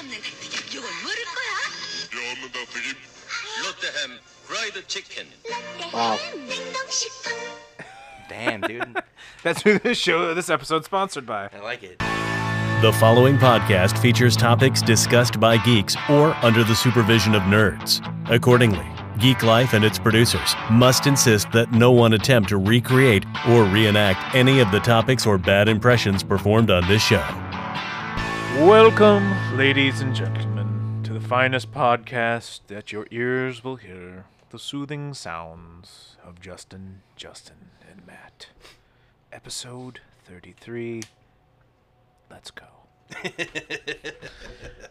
없는 닭튀김 요걸 모를 거야? 필요 없는 닭튀김 Lottahem fried chicken. Wow. 냉동식품 Damn, dude. That's who this show, this episode's sponsored by. I like it. The following podcast features topics discussed by geeks or under the supervision of nerds. Accordingly, Geek Life and its producers must insist that no one attempt to recreate or reenact any of the topics or bad impressions performed on this show. Welcome, ladies and gentlemen, to the finest podcast that your ears will hear. The soothing sounds of Justin, Justin, and Matt. Episode 33. Let's go.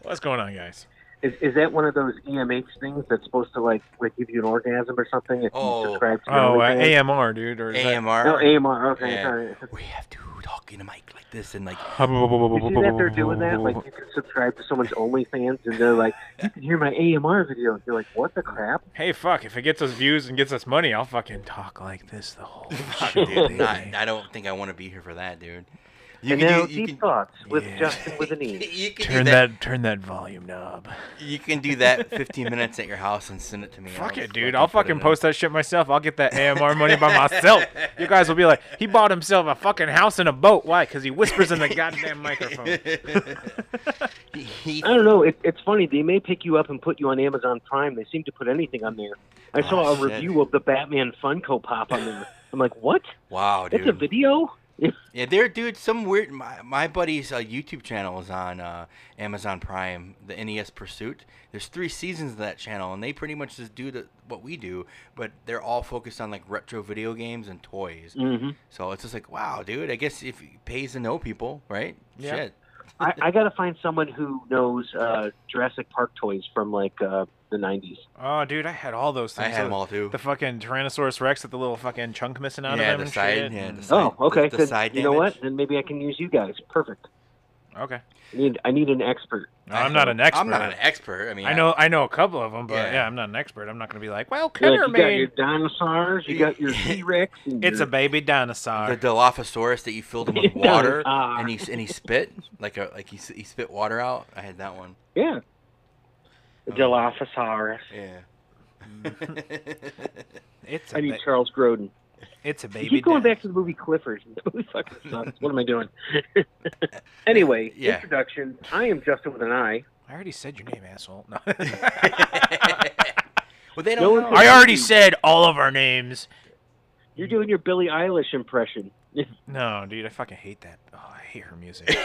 What's going on, guys? Is, is that one of those EMH things that's supposed to like like give you an orgasm or something? If Oh. you subscribe to the Oh, uh, OnlyFans? AMR, dude. Or is that- AMR. No, AMR. Okay, Yeah. sorry. We have to talk in a mic like this and like. You see that they're doing that? Like you can subscribe to someone's OnlyFans and they're like, you can hear my AMR video. You're like, what the crap? Hey, fuck! If it gets us views and gets us money, I'll fucking talk like this the whole Dude, show. nah, I don't think I want to be here for that, dude. You and now do, you deep can, thoughts with Yeah. Justin with an E. you can turn do that. turn that volume knob. You can do that 15 minutes at your house and send it to me. and Fuck I'll it, dude! put I'll it fucking up. post that shit myself. I'll get that AMR money by myself. You guys will be like, he bought himself a fucking house and a boat. Why? Because he whispers in the goddamn microphone. He- I don't know. It, it's funny. They may pick you up and put you on Amazon Prime. They seem to put anything on there. I saw Oh, a shit. review of the Batman Funko Pop on there. I'm like, what? wow, It's a dude. video? Yeah, there, dude. Some weird. My, my buddy's uh, YouTube channel is on uh, Amazon Prime, the NES Pursuit. There's three seasons of that channel, and they pretty much just do the, what we do, but they're all focused on like retro video games and toys. mm-hmm. So it's just like, wow, dude. I guess if he pays to know people, right? Yeah. Shit. I, I gotta find someone who knows uh, Jurassic Park toys from like uh, the '90s. oh, dude, I had all those I things. had them all too. The fucking Tyrannosaurus Rex with the little fucking chunk missing out yeah, of him. the and side. shit. Yeah, the side. Oh, okay. The, the then side you know damage. what? Then maybe I can use you guys. Perfect. Mm, Okay. I need I need an expert. No, I'm not an expert. I'm not an expert. I mean, I know I know a couple of them, but yeah, Yeah. I'm not an expert. I'm not gonna be like, well, You're Kenner like, you got made your dinosaurs. You got your T-Rex. and it's a your- baby the dinosaur. Dilophosaurus that you filled him with Yeah, water ah. and he and he spit like a like he s- he spit water out. I had that one. yeah. Oh. A Dilophosaurus. Yeah. It's I a need ba- Charles Grodin. it's a baby. I keep going di- back to the movie Clifford. It fucking sucks. what am I doing? anyway, Yeah. introduction. I am Justin with an I. I already said your name, asshole. No. well, they No don't one know. I already said all of our names. You're doing your Billie Eilish impression. No, dude, I fucking hate that. Oh, I hate her music.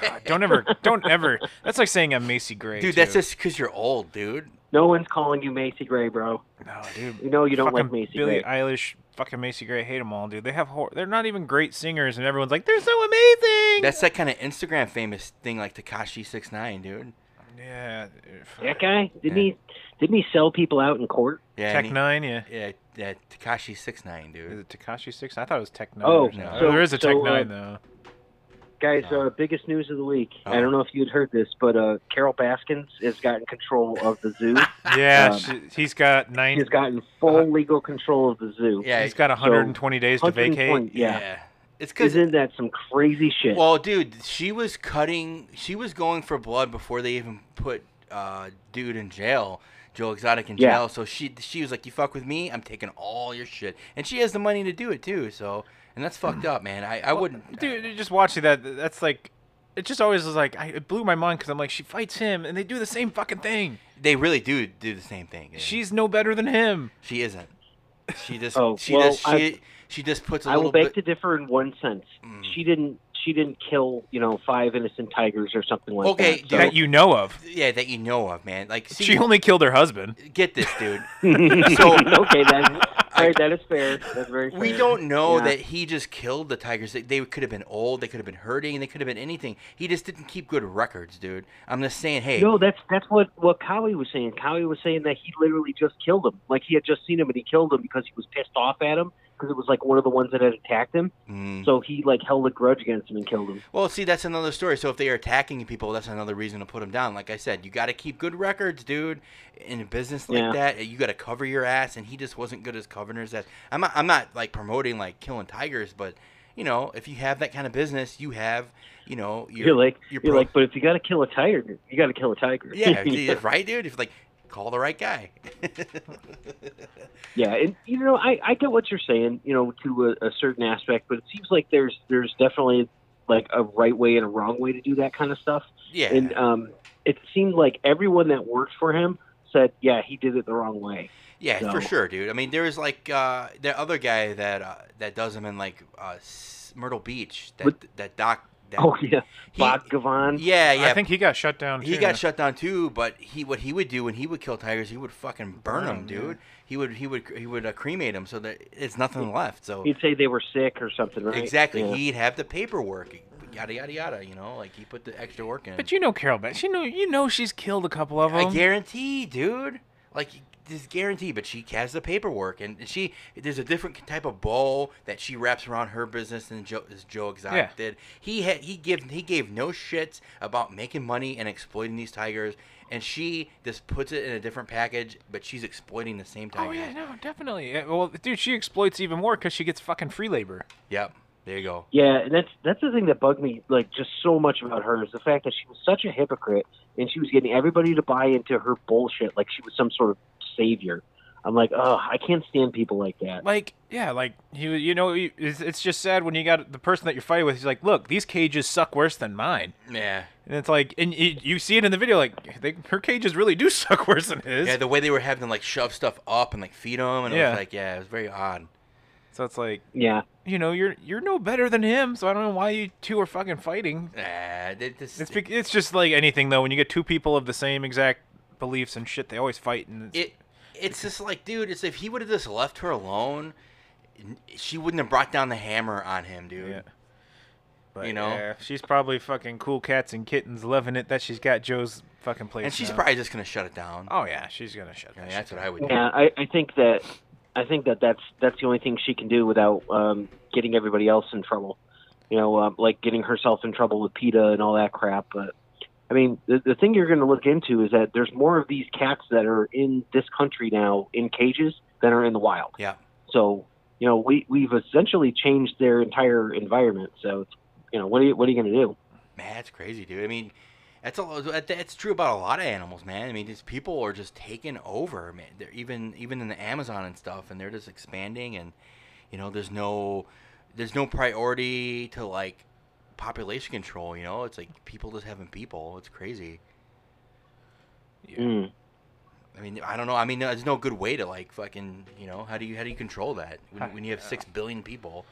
God, don't ever, don't ever. That's like saying I'm Macy Gray. Dude, too. that's just because you're old, dude. No one's calling you Macy Gray, bray bro. no, dude. You know you don't fucking like Macy Billie Gray. Eilish, fucking Macy Gray. I hate them all, dude. They have hor- They're not even great singers, and everyone's like, they're so amazing. That's that kind of Instagram famous thing, like Takashi Six Nine, dude. yeah. fuck. That guy didn't he didn't he sell people out in court? Yeah. Tech and Nine, yeah. he- yeah. Yeah. Takashi Six Nine, Is dude. it Takashi Six? I thought it was Tech Nine. Oh, or something. no. there is a so, Tech uh, Nine though. Guys, uh, biggest news of the week. Oh. I don't know if you'd heard this, but uh, Carol Baskins has gotten control of the zoo. Yeah, um, she, he's got nine. She's gotten full Uh, legal control of the zoo. Uh-huh. Yeah. he's got 120 days to 120 vacate. point- yeah. It's because Isn't that some crazy shit? Well, dude, she was cutting. She was going for blood before they even put uh, dude in jail, Joe Exotic in Yeah. jail. So she she was like, "You fuck with me, I'm taking all your shit," and she has the money to do it too. So and that's fucked up, man. I, I wouldn't. Dude, you just watching that, that's like, it just always was like, I, it blew my mind because I'm like, she fights him and they do the same fucking thing. They really do do the same thing. dude. She's no better than him. she isn't. She just Oh, she well, just she, I- she just puts a I little will beg bit. to differ in one sense. Mm. She didn't. She didn't kill, you know, five innocent tigers or something like Okay, that. So- that you know of. yeah, that you know of, man. Like see, She only killed her husband. get this, dude. Okay, so- okay then. All right, that is fair. That's very. Fair. We don't know Yeah. that he just killed the Tigers. They, they could have been old. They could have been hurting. They could have been anything. He just didn't keep good records, dude. I'm just saying, hey, No, that's that's what what Cowie was saying. Cowie was saying that he literally just killed him. Like he had just seen him and he killed him because he was pissed off at him because it was like one of the ones that had attacked him. mm. So he like held a grudge against him and killed him. well, see, that's another story. So if they are attacking people, that's another reason to put them down. Like I said, you got to keep good records, dude. In a business like Yeah. that, you got to cover your ass, and he just wasn't good as covering his ass. I'm not, I'm not like promoting like killing Tigers, but you know, if you have that kind of business, you have, you know, your, You're like your you're, pro- like, but if you gotta kill a tiger, you gotta kill a tiger. yeah, yeah, right, dude. If like call the right guy. Yeah, and you know, I, I get what you're saying, you know, to a, a certain aspect, but it seems like there's there's definitely like a right way and a wrong way to do that kind of stuff. yeah, And um, it seemed like everyone that worked for him said, yeah, he did it the wrong way. yeah, for so- sure, dude. I mean, there was like uh, the other guy that uh, that does them in like uh, S- Myrtle Beach. That that doc. That, Oh yeah, he- Bob Gavon. Yeah, yeah. I think he got shut down. He too. got shut down too, but he what he would do when he would kill tigers, he would fucking burn Burn them, 'em, yeah. dude. He would he would he would uh, cremate them so that it's nothing left. So He'd say they were sick or something, right? exactly, Yeah. he'd have the paperwork, yada yada yada. You know, like he put the extra work in. But you know Carol Bass. You know you know she's killed a couple of them. I guarantee, dude. Like this guarantee, but she has the paperwork, and she there's a different type of bow that she wraps around her business than Joe, as Joe Exotic Yeah. did. He had he give he gave no shits about making money and exploiting these tigers, and she just puts it in a different package, but she's exploiting the same tiger. Oh yeah, no, definitely. Yeah, Well, dude, she exploits even more because she gets fucking free labor. Yep, there you go. Yeah, and that's that's the thing that bugged me like just so much about her is the fact that she was such a hypocrite and she was getting everybody to buy into her bullshit like she was some sort of savior. I'm like, oh, I can't stand people like that. Like, yeah, like you, you know, you- it's, it's just sad when you got the person that you're fighting with. He's like, look, these cages suck worse than mine, Yeah, and it's like, and you, you see it in the video, like they, her cages really do suck worse than his. yeah. The way they were having to like shove stuff up and like feed them, and it Yeah. was like yeah, it was very odd. so it's like, Yeah, you know, you're you're no better than him. So I don't know why you two are fucking fighting. Uh, they just, It's bec- it's just like anything though. When you get two people of the same exact beliefs and shit, they always fight. And it's, it it's just like dude it's if he would have just left her alone n- she wouldn't have brought down the hammer on him dude Yeah. but, you know? yeah, she's probably fucking cool cats and kittens, loving it that she's got Joe's fucking place. and she's now. probably just gonna shut it down Oh yeah, she's gonna shut I that mean, shit that's what i would do yeah. I, I think that I think that that's that's the only thing she can do without um, getting everybody else in trouble. You know, um, like getting herself in trouble with PETA and all that crap. But I mean, the, the thing you're going to look into is that there's more of these cats that are in this country now in cages than are in the wild. yeah So, you know, we we've essentially changed their entire environment. So, it's, you know, what are you what are you going to do? man that's crazy dude i mean that's a lo- that- that's true about a lot of animals man i mean these people are just taking over man they're even even in the amazon and stuff and they're just expanding and you know there's no there's no priority to like population control you know it's like people just having people it's crazy Mm. I mean, I don't know. I mean, there's no good way to like fucking, you know, how do you how do you control that when, when you have six billion people?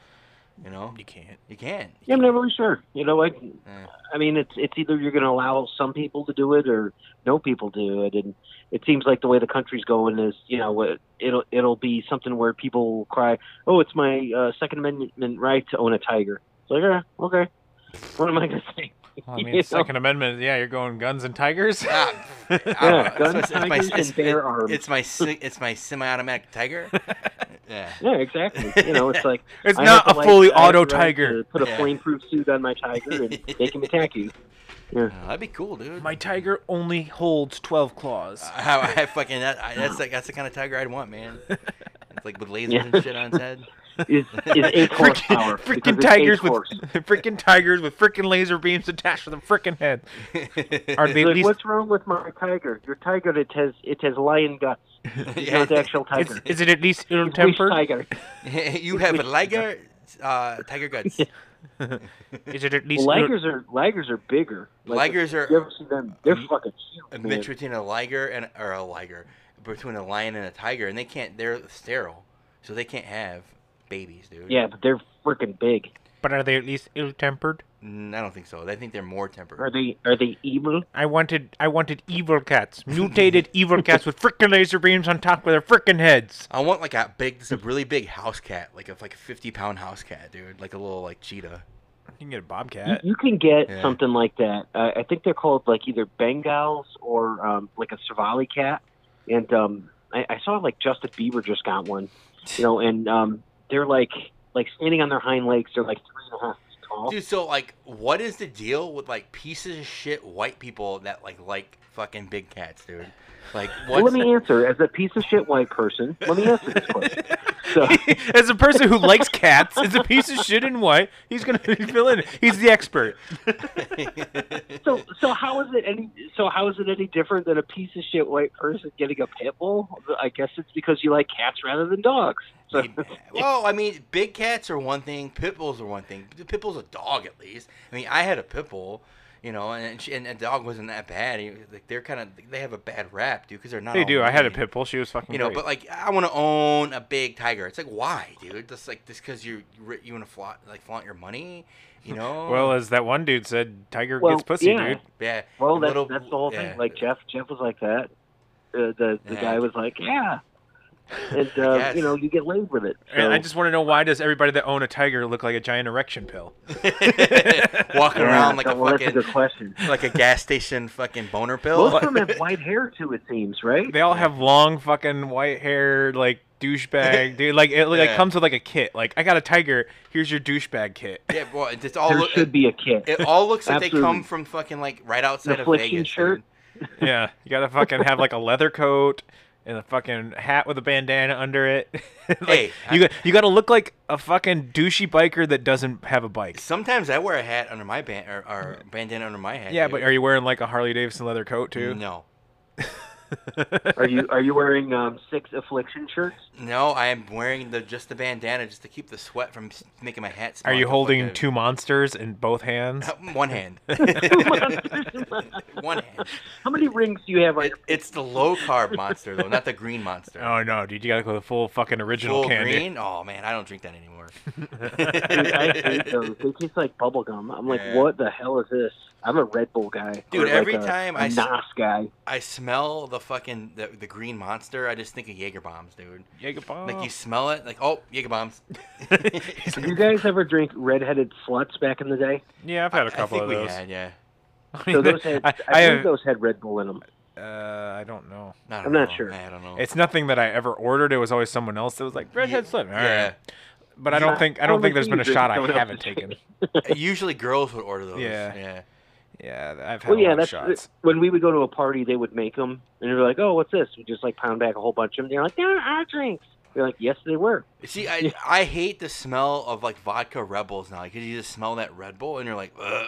You know, You can't. you can't. Yeah, I'm not really sure. You know, I Mm. Yeah. I mean, it's it's either you're going to allow some people to do it or no people do it, and it seems like the way the country's going is, you know, it- it'll it'll be something where people will cry, "Oh, it's my uh, Second Amendment right to own a tiger." It's like, yeah, okay, what am I going to say? Well, I mean, You know? Second Amendment. Yeah, you're going guns and tigers. Ah, I don't Yeah, know. guns, It's- it's my- tigers, it's- and bear it- arms. It's my si- it's my semi-automatic tiger. yeah. Yeah, exactly. You know, it's like It's I not have a the right- fully I have the auto right tiger. to Put a Yeah. flameproof suit on my tiger, and they can attack you. Uh, that'd be cool, dude. My tiger only holds twelve claws. I, I fucking that, I, that's like that's the kind of tiger I'd want, man. It's like with lasers Yeah. and shit on its head. Is is eight horsepower? Freaking, because freaking it's eight tigers with horse. freaking tigers with freaking laser beams attached to the freaking head. Are they Like, at least? What's wrong with my tiger? Your tiger it has it has lion guts. It's Yeah. not the actual Is, tiger. is it at least It's ill-tempered? wish tiger. you have a liger, uh, tiger guts. Is it at least? Well, ill- ligers are ligers are bigger. Like, Ligers are- You ever see them? They're fucking a huge. man. mix between a liger and or a liger between a lion and a tiger, and they can't. They're sterile, so they can't have babies, dude. Yeah, but they're freaking big. But are they at least ill-tempered? Mm, I don't think so. I think they're more Are tempered. they are they evil? I wanted, I wanted evil cats, mutated evil cats with freaking laser beams on top of their freaking heads. I want like a big, just a really big house cat, like a like a fifty pound house cat, dude, like a little like cheetah. You can get a You, bobcat. you can get Yeah. something like that. Uh, I think they're called like either Bengals or um, like a Savali cat. And um, I, I saw like Justin Bieber just got one, you know, and um, they're like like standing on their hind legs. They're like three and a half feet tall. Dude, so like, what is the deal with like pieces of shit white people that like like fucking big cats, dude? Like, Well, what? let me answer as a piece of shit white person. Let me answer this question. So As a person who likes cats, is a piece of shit in white. He's gonna fill in. He's the expert. so so how is it any so how is it any different than a piece of shit white person getting a pit bull? I guess it's because you like cats rather than dogs. So well, I mean, big cats are one thing, pit bulls are one thing. The pit bull's a dog, at least. I mean, I had a pit bull, you know, and she, and the dog wasn't that bad. He- Like they're kind of they have a bad rap, dude, because they're Oh, not. They all do. I had a mean. pit bull. She was fucking. You know, great. but like I want to own a big tiger. It's like why, dude? That's like this because you ri- you want to flaunt like flaunt your money, you know? well, as that one dude said, Tiger um, Well, gets pussy, yeah. dude. yeah. well, that's little- that's the whole yeah. thing. Like Jeff, Jeff was like that. Uh, the the Yeah. guy was like, yeah, and uh, Yes. you know you get laid with it. So, And I just want to know why does everybody that own a tiger look like a giant erection pill? walking Yeah, around like so, a well, that's a fucking good question. like a gas station fucking boner Most pill. of them have white hair too. It seems right. They all have long fucking white hair, like douchebag dude. Like it like Yeah. comes with like a kit. Like I got a tiger. Here's your douchebag kit. yeah, well, it just all There look, should be a kid. it all looks like they come Absolutely. from fucking like right outside The of flicking Vegas. shirt. dude. Yeah, you gotta fucking have like a leather coat and a fucking hat with a bandana under it. like, Hey, I- you got you gotta look like a fucking douchey biker that doesn't have a bike. Sometimes I wear a hat under my band or, or bandana under my hat. Yeah, dude. but are you wearing like a Harley Davidson leather coat too? no, Are you are you wearing um, six affliction shirts? no, I am wearing the just the bandana just to keep the sweat from s- making my hat. Are smell you like a holding fucking- two monsters in both hands? One hand. One hand. How many rings do you have on your It's the low carb monster though, not the green monster. Oh no, dude, you gotta go the full fucking original Full candy. green? Oh man, I don't drink that anymore. Dude, I hate those. They taste like bubble gum. I'm like, Yeah. what the hell is this? I'm a Red Bull guy. Dude, Or like every a- time a I s- Nas guy. I smell the fucking the, the green monster. I just think of Jaeger bombs, dude. Like you smell it, like oh Jaeger bombs. Did you guys ever drink redheaded sluts back in the day? yeah, I've had a I couple think of we those. had, yeah. I, So those had, I, I think have, those had Red Bull in them. uh, I don't know. I don't I'm not know. sure. I don't know. It's nothing that I ever ordered. It was always someone else that was like redhead slim. All right. yeah. But I don't Yeah. think I don't Only think there's you been a drink shot I someone else's haven't taken. Usually girls would order those. Yeah. Yeah. Yeah, I've had Well, a yeah, lot of that's shots. when we would go to a party, they would make them, and they were like, "Oh, what's this?" We just like pound back a whole bunch of them. They're like, "They're our drinks." They're like, "Yes, they were." See, I I hate the smell of like vodka rebels now because you just smell that Red Bull and you're like, ugh,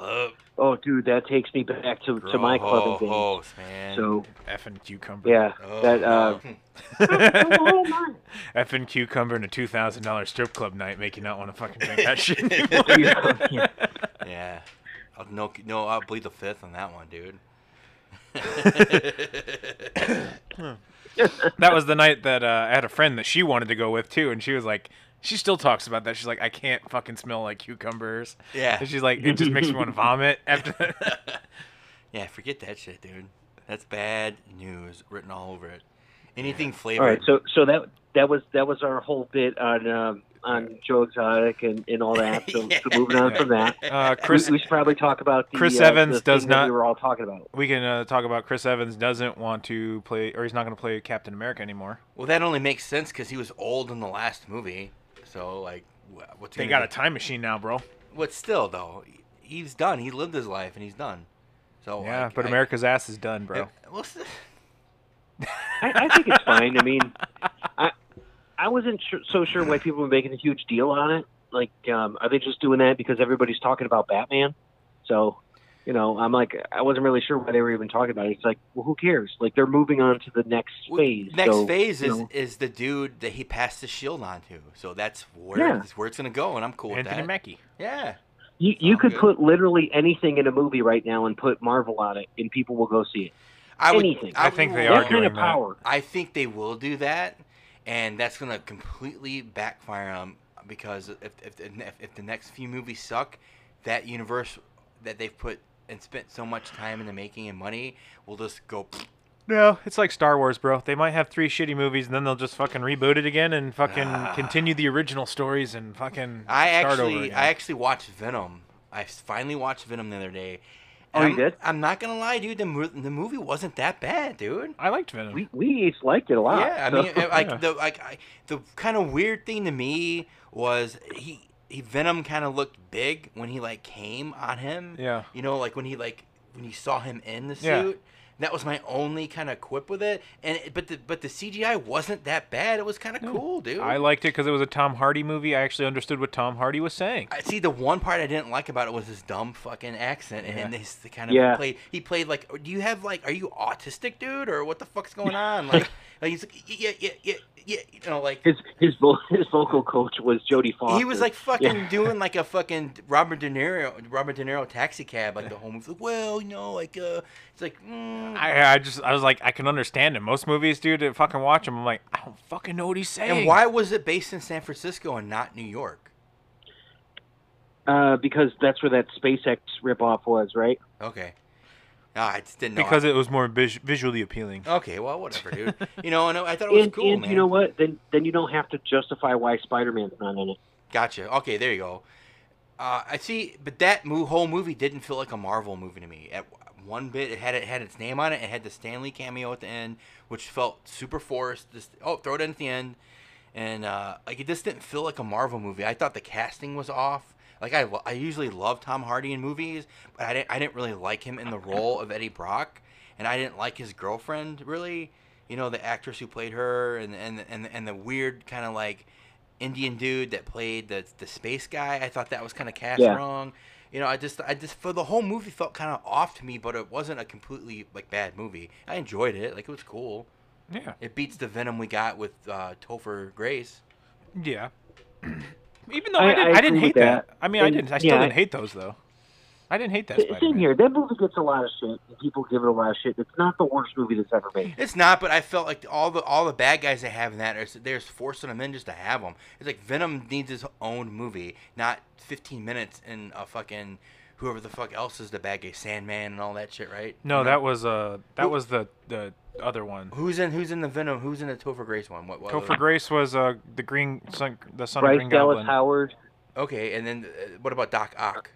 ugh. Oh, dude, that takes me back to, to my club and things. gross, Oh, man. So Effing cucumber. yeah, "Oh, Oh, that uh, no. Effing cucumber and a two thousand dollar strip club night make you not want to fucking drink that shit. anymore. uh, yeah. I'll, no, no, I'll bleed the fifth on that one, dude. that was the night that uh, I had a friend that she wanted to go with too, and she was like, she still talks about that. She's like, I can't fucking smell like cucumbers. Yeah. And she's like, it just makes me want to vomit after. That. Yeah, forget that shit, dude. That's bad news written all over it. Anything All flavored. right, so so that that was that was our whole bit on um, on Joe Exotic and, and all that. So, so moving on from that, Uh, we, Chris, we should probably talk about the, Chris uh, Evans the does thing that not- We were all talking about. we can uh, talk about Chris Evans doesn't want to play, or he's not going to play Captain America anymore. well, that only makes sense because he was old in the last movie. So, like, wha- what's he They got gonna a time machine now, bro. do? But still, though, he's done. He lived his life and he's done. So Yeah, Oh, like, but I- America's ass is done, bro. Well, s- I, I think it's fine. I mean, I I wasn't sure, so sure why people were making a huge deal on it. Like, um, are they just doing that because everybody's talking about Batman? So, you know, I'm like, I wasn't really sure why they were even talking about it. It's like, well, who cares? Like, they're moving on to the next well, phase. next so, phase you is, know. is the dude that he passed the shield on to. So that's where, Yeah. that's where it's going to go, and I'm cool with Anthony that. Mackie. yeah. You, you Sound could good. put literally anything in a movie right now and put Marvel on it, and people will go see it. I would, Anything. I think they would- are What kind doing of that. power? I think they will do that, and that's gonna completely backfire on 'em because if if the, if, if the next few movies suck, that universe that they've put and spent so much time in the making and money will just go. No, it's like Star Wars, bro. They might have three shitty movies, and then they'll just fucking reboot it again and fucking continue the original stories and fucking Ah. I start over actually again. I actually watched Venom. I finally watched Venom the other day. Oh, I'm, you did? I'm not gonna lie, dude. The, mo- the movie wasn't that bad, dude. I liked Venom. We, we each liked it a lot. Yeah, I so- mean, uh, like Yeah. the like I, the kind of weird thing to me was he he Venom kind of looked big when he like came on him. Yeah. You know, like when he like when you saw him in the suit. Yeah. That was my only kind of quip with it. And it- but the but the CGI wasn't that bad. It was kind of cool, dude. I liked it because it was a Tom Hardy movie. I actually understood what Tom Hardy was saying. I see. The one part I didn't like about it was his dumb fucking accent, and, and this the kind of Yeah. play he played like, "Do you have like, are you autistic, dude, or what the fuck's going on?" Like, like he's like, "Yeah, yeah, yeah, yeah," you know, like His his vo- his vocal coach was Jodie Foster. he was like fucking Yeah. doing like a fucking Robert De Niro, Robert De Niro taxi cab, like the whole movie. Like, well, you know, like uh, it's like, mm. I, I just I was like I can understand it. Most movies, dude, if I fucking watch them, I'm like I don't fucking know what he's saying. and why was it based in San Francisco and not New York? uh, because that's where that SpaceX ripoff was, right? Okay, ah, I just didn't know. Because it was more vis- visually appealing. okay, well, whatever, dude. You know, and I thought it was And, cool, and man. you know what? Then then you don't have to justify why Spider Man's not in it. Gotcha. Okay, there you go. Uh, I see, but that mo- whole movie didn't feel like a Marvel movie to me. At one bit, it had it had its name on it. It had the Stanley cameo at the end, which felt super forced. Just oh, throw it in at the end, and uh, like it just didn't feel like a Marvel movie. I thought the casting was off. Like I, lo- I usually love Tom Hardy in movies, but I didn't I didn't really like him in the role of Eddie Brock, and I didn't like his girlfriend really. You know the actress who played her, and and and and the weird kind of like Indian dude that played the the space guy. I thought that was kind of cast Yeah. wrong. You know, I just I just for the whole movie felt kind of off to me, but it wasn't a completely like bad movie. I enjoyed it. Like it was cool. Yeah, It beats the Venom we got with uh, Topher Grace. yeah. Even though I- I, didn't, I I, didn't agree hate with that. that. I mean, I And- didn't. I still yeah. didn't hate those though. I didn't hate that. It's in Spider-Man. here. That movie gets a lot of shit, and people give it a lot of shit. It's not the worst movie that's ever made. It's not, but I felt like all the all the bad guys they have in that are they're just forcing them in just to have them. It's like Venom needs his own movie, not 15 minutes in a fucking whoever the fuck else is the bad guy, Sandman and all that shit, right? No, that was uh that Who- was the the other one. Who's in Who's in the Venom? Who's in the Topher Grace one? What? what Topher Grace was uh the green son, the son of Bryce Green Dallas Goblin. Howard. Okay, and then uh, what about Doc Ock?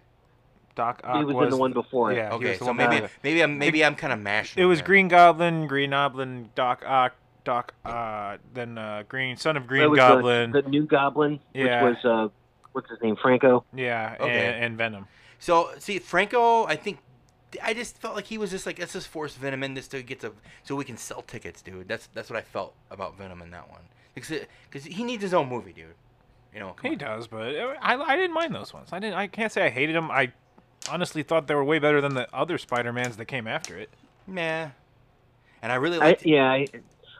Doc He Ock was in the one before it. Uh, Yeah, he Okay, was the so one maybe before it. maybe I'm maybe I'm kind of mashing. it was them. Green Goblin, Green Goblin, Doc Ock, Doc uh then uh Green Son of That Green was the- Goblin. The, new Goblin, Yeah. which was uh, what's his name, Franco. Yeah, Okay. and, and Venom. So see, Franco, I think I just felt like he was just like let's just force Venom in this to get to so we can sell tickets, dude. That's that's what I felt about Venom in that one because he needs his own movie, dude. You know, come He on. does, but uh, I, I didn't mind those ones. I didn't. I can't say I hated them. I honestly thought they were way better than the other Spider Mans that came after it. meh. And I really I, liked. yeah, I,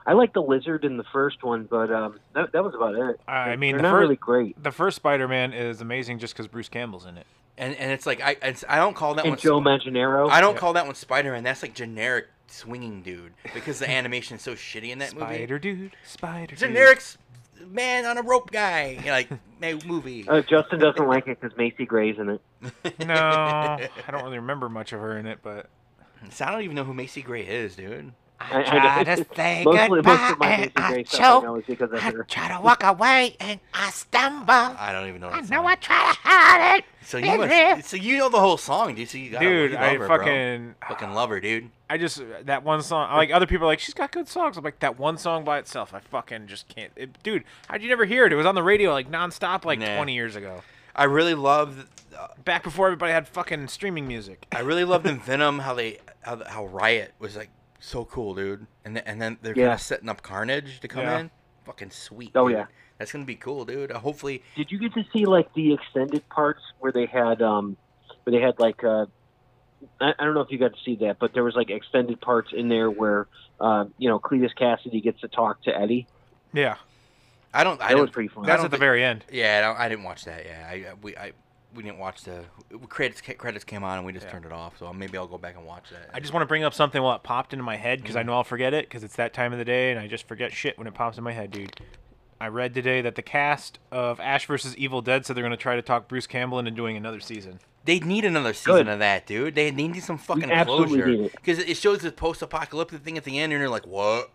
I like the lizard in the first one, but um, that, that was about it. Uh, I They're- mean, they're the not first- really great. The first Spider Man is amazing just because Bruce Campbell's in it. and and it's like I it's, I don't call that And one. Joe Sp- Manganiello. I don't call that one Spider Man. That's like generic swinging dude because the animation's so shitty in that movie. Spider Dude, Spider. generic s- man on a rope guy you know, like ma- movie. Uh, Justin doesn't like it because Macy Gray's in it. Dude. No, I don't really remember much of her in it, but So I don't even know who Macy Gray is, dude. I, try I, to say mostly, most goodbye of my Macy and I Gray stuff I choke. know is because of I her. try to walk away and I stumble. I don't even know. I that know song. I try to hide it. So Yeah, you must, yeah. so you know the whole song, dude. So you got dude, you love I her, bro. fucking, fucking love her, dude. I just that one song. Like other people, are like she's got good songs. I'm like that one song by itself. I fucking just can't. It, dude, how'd you never hear it? It was on the radio like nonstop like Nah. 20 years ago, I really love, uh, back before everybody had fucking streaming music. I really loved in Venom how they how, the- how Riot was like so cool, dude. And the, and then they're kind Yeah. of setting up Carnage to come Yeah. in. Fucking sweet. Oh, dude. yeah. that's gonna be cool, dude. Uh, Hopefully, Did you get to see like the extended parts where they had um, where they had like uh, I, I don't know if you got to see that, but there was like extended parts in there where uh, you know Cletus Cassidy gets to talk to Eddie. Yeah, I don't. I That was don't- pretty fun. I that's don't at the thi- very end. Yeah, I, don't, I didn't watch that. Yeah, I I- we I we didn't watch the credits. Credits came on and we just Yeah. turned it off. So maybe I'll go back and watch that. I just want to bring up something while it popped into my head Mm. because I know I'll forget it because it's that time of the day and I just forget shit when it pops in my head, dude. I read today that the cast of Ash vs. Evil Dead said they're going to try to talk Bruce Campbell into doing another season. They need another season Good. of that, dude. They they need some fucking absolutely closure need it. because it shows the post-apocalyptic thing at the end, and you're like, "What?"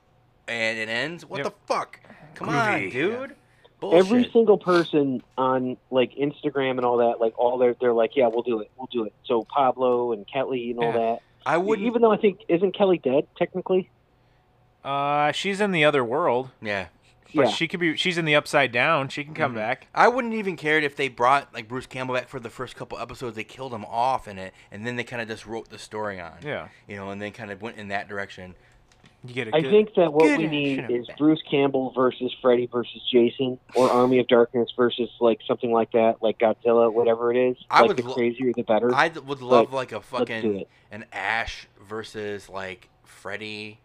And it ends. What Yep. the fuck? Come on, Groovy. dude. Bullshit. Every single person on like Instagram and all that, like all they're they're like, yeah, we'll do it, we'll do it. So Pablo and Kelly and all Yeah. that. I wouldn't. Even though I think isn't Kelly dead technically? Uh, she's in the other world. yeah. But Yeah. Mm-hmm. she could be. She's in the upside down. She can come back. I wouldn't even cared if they brought like Bruce Campbell back for the first couple episodes. They killed him off in it, and then they kind of just wrote the story on. Yeah. you know, and then kind of went in that direction. You get a I good- think that what we good need action. is Bruce Campbell versus Freddy versus Jason, or Army of Darkness versus like something like that, like Godzilla, whatever it is. I like would the lo- crazier the better. I th- would love But like a do fucking it. an Ash versus like Freddy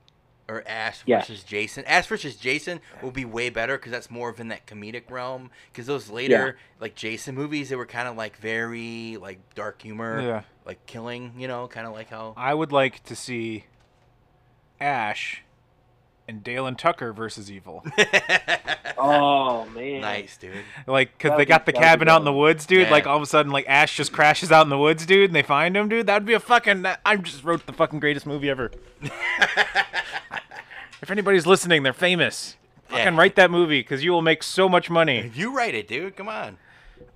or Ash Yes. versus Jason. Ash versus Jason would be way better because that's more of in that comedic realm. Because those later like Jason movies, they were kind of like very like dark humor, Yeah. like killing. You know, kind of like how I would like to see Ash and Dalen Tucker versus Evil. oh man, nice, dude. Like, cause That they would got the be- that would be cabin out in the dope. woods, dude. Yeah. Like all of a sudden, like Ash just crashes out in the woods, dude, and they find him, dude. That'd be a fucking. that- I just wrote the fucking greatest movie ever. if anybody's listening, they're famous. Yeah. Fucking write that movie, cause you will make so much money. You write it, dude. Come on.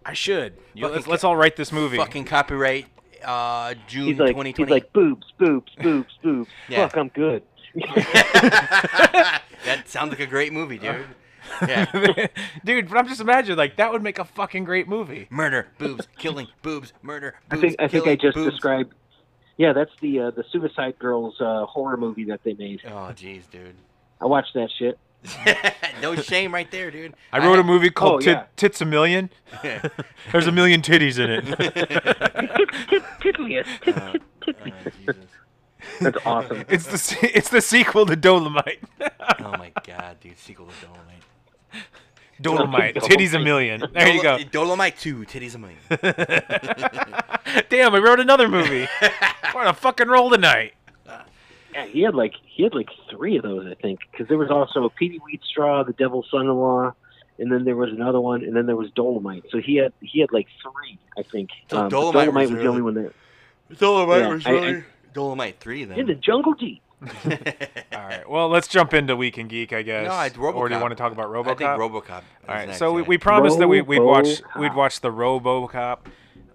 I should. You- Fucking let's, ca- let's all write this movie. Fucking copyright uh, June He's like, 2020. he's like boobs, boobs, boobs, boobs. Yeah. Fuck, I'm good. that sounds like a great movie, Uh. dude. Yeah. dude, but I'm just imagining like that would make a fucking great movie. Murder, boobs, killing, boobs, murder, I boobs, think I think I killing, just boobs. described. Yeah, that's the uh, the Suicide Girls uh, horror movie that they made. Oh, jeez, dude. I watched that shit. no shame right there, dude. Oh, I wrote a movie called Oh, Tit- yeah. Tits a Million. There's a million titties in it. Tickliest. Uh, That's awesome. It's the se- it's the sequel to Dolomite. Oh my god, dude. Sequel to Dolomite. Dolomite. Titties a million. There you go. Dolo- Dolomite 2, Titties a Million. Damn, I wrote another movie. We're on a fucking roll tonight. Yeah, he had like he had like three of those, I think, because there was also Pee Wee Wheatstraw, The Devil's Son-in-Law, and then there was another one, and then there was Dolomite. So he had he had like three, I think. Um, So but Dolomite was was, really- the only one that Dolomite Yeah, was I- really- I- Dolomite 3, in the then. Jungle Deep. All right. Well, let's jump into Week in Geek, I guess. No, I'd RoboCop. Or do you want to talk about RoboCop? I think RoboCop. All right, so we, we promised that we, we'd watch we'd RoboCop. watch the RoboCop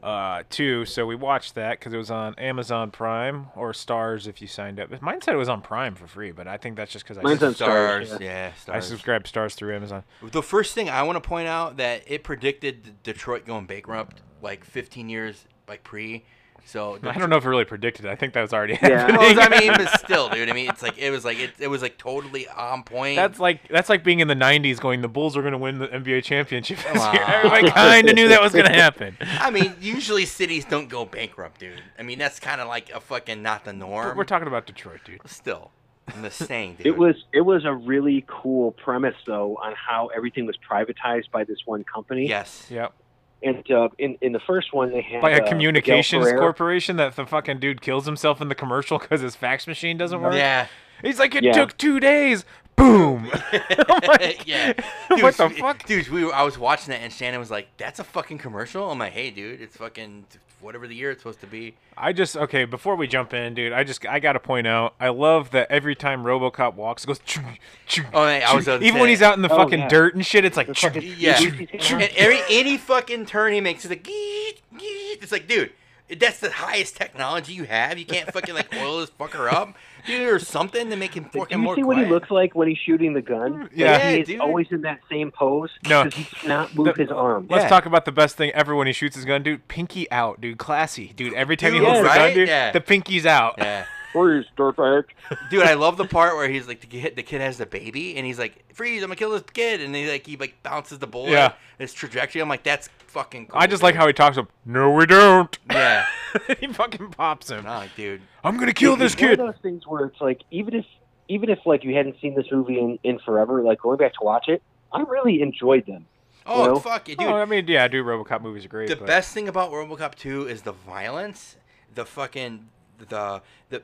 uh, two, so we watched that because it was on Amazon Prime or Stars if you signed up. Mine said it was on Prime for free, but I think that's just because I, Mine's subs- on Stars, Stars, yeah, I stars. subscribed Stars through Amazon. The first thing I want to point out that it predicted D- Detroit going bankrupt like 15 years like pre. So I don't know if it really predicted. it. I think that was already Yeah. Well, happening. I mean, but still, dude. I mean, it's like it was like it, it was like totally on point. that's like that's like being in the '90s, going the Bulls are going to win the NBA championship this year. Wow. Everybody kind of knew that was going to happen. I mean, usually cities don't go bankrupt, dude. I mean, that's kind of like a fucking not the norm. We're talking about Detroit, dude. still. I'm just saying, dude. It was it was a really cool premise though on how everything was privatized by this one company. yes. Yep. And uh, in in the first one they had By uh, a Miguel communications Ferrer. corporation that the fucking dude kills himself in the commercial because his fax machine doesn't work. Yeah. He's like, it Yeah. took two days. Boom. I'm like, yeah. Oh What Dude, the we- fuck? Dude, we were, I was watching that and Shannon was like, that's a fucking commercial? I'm like, hey, dude, it's fucking whatever the year it's supposed to be. I just okay. Before we jump in, dude, I just I gotta point out. I love that every time RoboCop walks, it goes. Chung, chung, Oh, yeah, I chung. was gonna even say when he's that. out in the Oh, fucking yeah. dirt and shit. It's like. chung. fucking- Yeah. Yeah. and every any fucking turn he makes is like, "Geet, geet." it's like, dude, that's the highest technology you have. You can't fucking like oil this fucker up, dude, or something to make him Like, fucking do you more see what quiet. he looks like when he's shooting the gun? Yeah. Like, Yeah, he is dude. always in that same pose. No. because he cannot move The- his arm. Let's Yeah. talk about the best thing ever when he shoots his gun, dude. Pinky out, dude. Classy, dude. Every time Dude, he holds the gun, right? dude, Yeah. the pinky's out. Yeah. Please, dirtbag. Dude, I love the part where he's like, the kid, the kid has the baby, and he's like, "Freeze! I'm gonna kill this kid!" And he like, he like bounces the bullet. Yeah. His trajectory. I'm like, that's fucking. cool. I just like how he talks up. No, we don't. Yeah. he fucking pops him. Oh, dude. I'm gonna kill this it's one kid. of those things where it's like, even if, even if like you hadn't seen this movie in, in forever, like going back to watch it, I really enjoyed them. Oh Well, fuck it, dude. Oh, I mean, yeah, dude. RoboCop movies are great. the but- best thing about RoboCop 2 is the violence, the fucking the the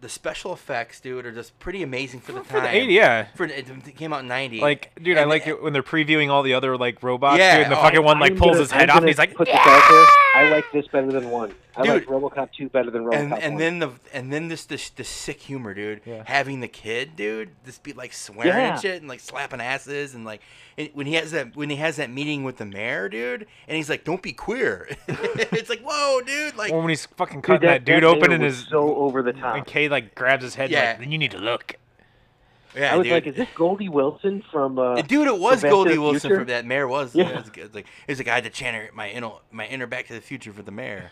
the special effects, dude, are just pretty amazing for the for time. the 80, yeah. For it it came out in 90. Like, dude, I And like it when they're previewing all the other like robots, Yeah, dude, and the oh, fucking one like I'm pulls gonna- his head I'm off, and gonna he's like, put this out there. I like this better than one. I like Dude. RoboCop two better than RoboCop And, one. and then the and then this this the sick humor, dude. Yeah. Having the kid, dude, just be like swearing Yeah. and shit and like slapping asses and like and when he has that when he has that meeting with the mayor, dude, and he's like, "Don't be queer." it's like, whoa, dude, like Or when he's fucking Dude, cutting that, dude there open, and was his so over the top. and K like grabs his head, Yeah. like, then you need to look. Yeah, I was dude. like, is this Goldie Wilson from? Uh, Dude, it was Back to the Goldie Wilson Future? from that mayor was. Yeah. Yeah. It was, good. like it was like I had to channel my inner my inner Back to the Future for the mayor.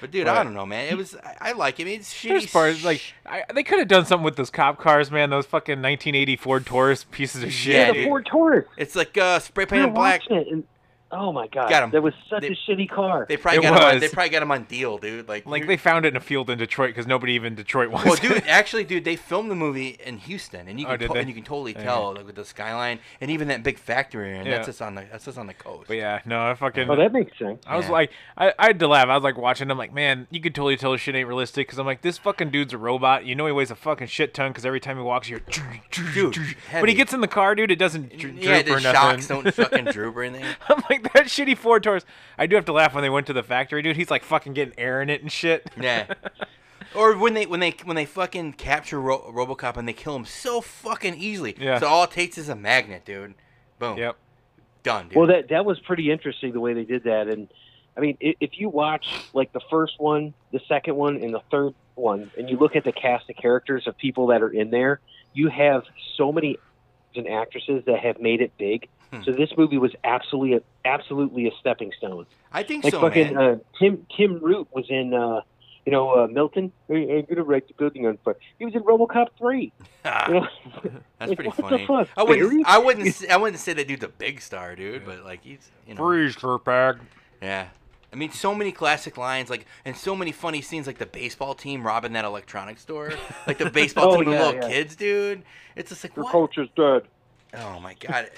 But dude, I Right. don't know, man. It was I, I like him. It's shitty. There's parts like I, they could have done something with those cop cars, man. Those fucking 1980 Ford Taurus pieces of shit. Yeah, the dude. Ford Taurus. it's like uh, spray We were painted black. watching It and, oh my god, Got 'em. that was such They- a shitty car. They probably It got him on, was. they probably got him on deal, dude. Like Like you're- they found it in a field in Detroit because nobody even in Detroit wants Well, dude, it. actually, dude, they filmed the movie in Houston, and you Oh, can did to- they? and you can totally Yeah. tell like, with the skyline and even that big factory, and that's Yeah. just on the that's just on the coast. But yeah, no, I fucking. oh, that makes sense. I was Yeah. like, I, I had to laugh. I was like watching. I'm like, man, you could totally tell this shit ain't realistic because I'm like, this fucking dude's a robot. You know he weighs a fucking shit ton because every time he walks, you're. Dude, But heavy. he gets in the car, dude. It doesn't dr- yeah, droop the or nothing. shocks don't fucking droop or anything. I'm like that shitty Ford Taurus. I do have to laugh when they went to the factory, dude. He's like fucking getting air in it and shit. Yeah. Or when they when they when they fucking capture Ro- RoboCop and they kill him so fucking easily. Yeah. So all it takes is a magnet, dude. Boom. Yep. Done, dude. Well, that that was pretty interesting the way they did that, and I mean, i- if you watch like the first one, the second one, and the third one, and you look at the cast of characters of people that are in there, you have so many actors and actresses that have made it big. Hmm. So this movie was absolutely, a, absolutely a stepping stone. I think Like so, fucking man. uh, Tim Tim Root was in, uh, you know, uh, Milton. I- I'm gonna write the building on fire. He was in RoboCop three. Ah, You know? that's like, pretty what the funny. fuck, I wouldn't Barry? I wouldn't s- I wouldn't say that dude's a big star, dude, but like he's you know Freeze, dirtbag. Yeah. I mean, so many classic lines, like, and so many funny scenes, like the baseball team robbing that electronics store, like the baseball Oh, team of yeah, little yeah. kids, dude. It's just like, Your what? culture's dead. Oh my god,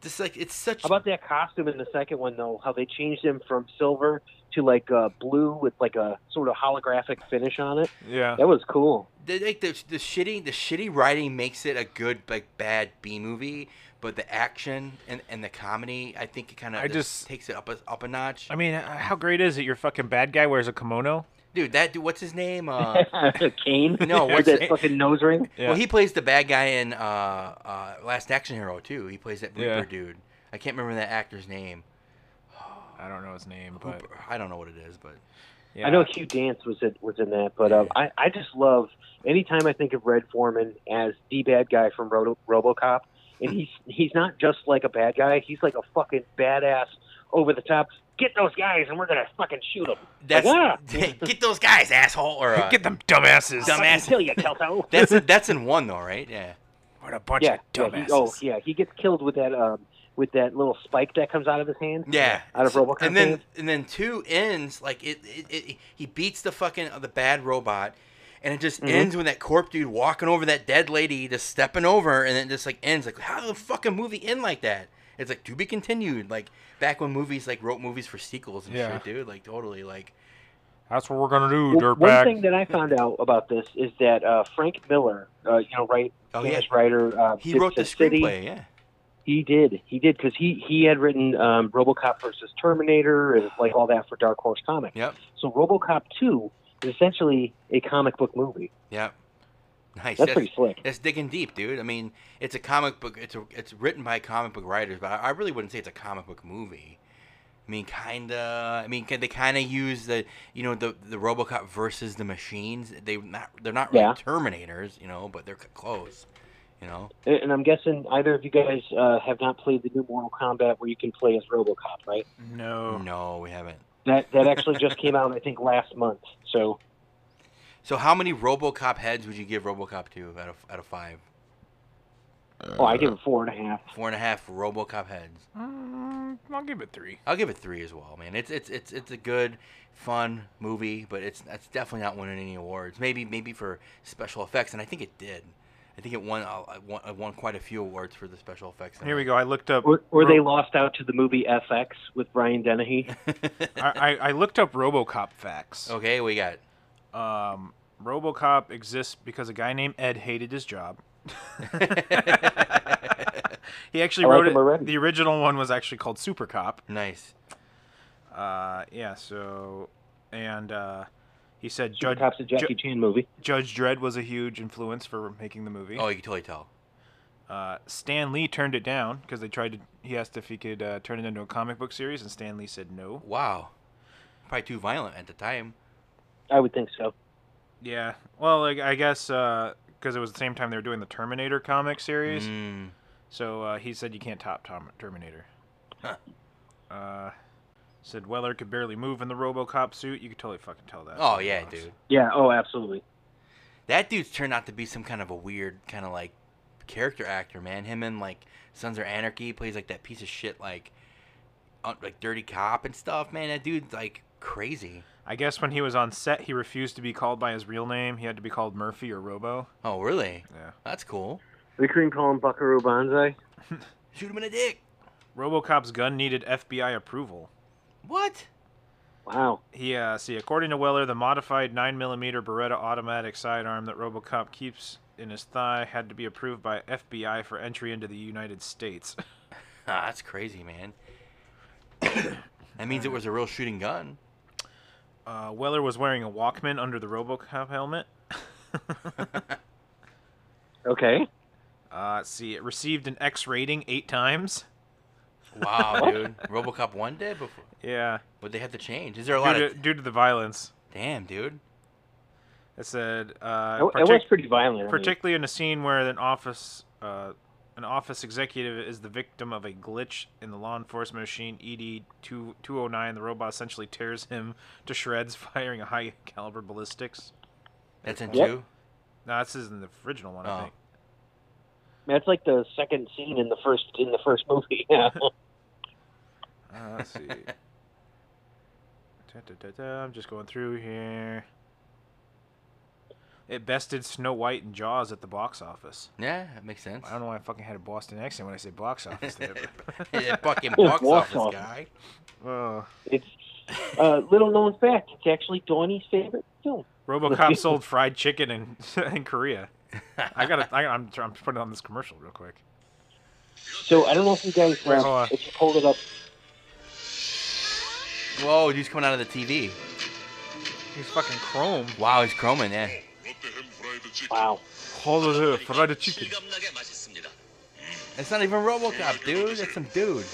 just like it's such. How about that costume in the second one though? How they changed him from silver to like uh, blue with like a sort of holographic finish on it. Uh. Yeah. That was cool. the, like the, the shitty the shitty writing makes it a good like bad B movie, but the action and, and the comedy, I think it kind of I just- takes it up a up a notch. I mean, h- how great is it? Your fucking bad guy wears a kimono. Dude, that dude, what's his name? Uh, Kane. No, with what's that it- fucking nose ring? Yeah. Well, he plays the bad guy in uh, uh, Last Action Hero too. He plays that Reaper Yeah. dude. I can't remember that actor's name. I don't know his name, but Hooper. I don't know what it is, but yeah. I know Hugh Dance was in, was in that, but um, I I just love anytime I think of Red Foreman as the bad guy from Roto, RoboCop, and he's he's not just like a bad guy. He's like a fucking badass, over the top. Get those guys, and we're gonna fucking shoot them. that's yeah. get those guys, asshole, or uh, Get them dumbasses. dumbass. Kill you, Kelso. That's that's in one though, right? Yeah. What a bunch yeah, of yeah, dumbasses. he, oh yeah, he gets killed with that um with that little spike that comes out of his hand. Yeah. out of RoboCop. and then hands. and then two ends like it, it, it he beats the fucking uh, the bad robot. And it Mm-hmm. just ends when that corp dude walking over that dead lady, just stepping over, and then just like ends. Like, how did the fucking movie end like that? It's like to be continued. Like back when movies like wrote movies for sequels and Yeah. shit, dude. Like totally. Like That's what we're gonna do, Well, one dirtbag. thing that I found out about this is that uh, Frank Miller, uh, you know, right, Oh, famous yeah. writer, uh, he did wrote the City. screenplay. Yeah. He did, he did, because he he had written um, RoboCop versus Terminator and like all that for Dark Horse Comic. Yep. So RoboCop two is essentially a comic book movie. Yep. Nice. That's pretty slick. That's digging deep, dude. I mean, it's a comic book. It's a, it's written by comic book writers, but I, I really wouldn't say it's a comic book movie. I mean, kinda. I mean, ca- they kind of use the you know the the RoboCop versus the machines. They not they're not really Yeah. Terminators, you know, but they're c- close. You know, And and I'm guessing either of you guys uh, have not played the new Mortal Kombat where you can play as RoboCop, right? no. no, we haven't. That that actually just came out, I think, last month. So So, how many RoboCop heads would you give RoboCop to out of out of five? Oh, I give it four and a half. Four and a half RoboCop heads. Mm, I'll give it three. I'll give it three as well, man. It's it's it's it's a good, fun movie, but it's it's definitely not winning any awards. Maybe maybe for special effects, and I think it did. I think it won uh, it won, it won quite a few awards for the special effects. Here we go. I looked up. Or, or Ro- they lost out to the movie FX with Brian Dennehy. I, I, I looked up RoboCop facts. Okay, we got. Um, RoboCop exists because a guy named Ed hated his job. he actually I like wrote it. him already. The original one was actually called Super Cop. Nice. Uh, yeah. So, and uh, he said Judge, Judge Cops a Jackie Ju- Chan movie. Judge Dredd was a huge influence for making the movie. Oh, you can totally tell. Uh, Stan Lee turned it down because they tried to. He asked if he could uh, turn it into a comic book series, and Stan Lee said no. Wow, probably too violent at the time. I would think so. Yeah. Well, like, I guess uh, because it was the same time they were doing the Terminator comic series. Mm. So uh, he said you can't top Tom- Terminator. Huh. Uh, said Weller could barely move in the RoboCop suit. You could totally fucking tell that. Oh yeah, dude. Yeah. Oh, absolutely. That dude's turned out to be some kind of a weird kind of like character actor, man. Him and like Sons of Anarchy he plays like that piece of shit like uh, like dirty cop and stuff, man. That dude's like crazy. I guess when he was on set, he refused to be called by his real name. He had to be called Murphy or Robo. Oh really? Yeah. That's cool. We couldn't call him Buckaroo Banzai. Shoot him in the dick. RoboCop's gun needed FBI approval. What? Wow. He uh, see, according to Weller, the modified 9mm Beretta automatic sidearm that RoboCop keeps in his thigh had to be approved by FBI for entry into the United States. Ah, that's crazy, man. that means it was a real shooting gun. Uh, Weller was wearing a Walkman under the RoboCop helmet. Okay. Uh, see, it received an X rating eight times. Wow, dude. RoboCop one did before. Yeah, Would they have to change? Is there a due lot to, of due to the violence. damn, dude? It said, uh, It, it partic- was pretty violent. I mean. particularly in a scene where an office, uh, an office executive is the victim of a glitch in the law enforcement machine ED two two oh nine. The robot essentially tears him to shreds, firing a high caliber ballistics. That's in Yep. two. No, this isn't the original one. Oh. I think. That's like the second scene in the first in the first movie. Yeah. Uh, let's see. Da, da, da, da. I'm just going through here. It bested Snow White and Jaws at the box office. Yeah, that makes sense. I don't know why I fucking had a Boston accent when I say box office there. but- Yeah, fucking Yeah, box box office office. guy. Oh. it's uh, little known fact. It's actually Donnie's favorite film. RoboCop sold fried chicken in in Korea. I gotta. I, I'm I'm putting on this commercial real quick. So I don't know if you guys Wait, uh, hold on. if you pulled it up. Whoa, dude's coming out of the TV. He's fucking chrome. Wow, he's chroming, yeah. Wow. Hold it, fried chicken. 실감나게 맛있습니다. That's not even RoboCop, dude. That's some dude.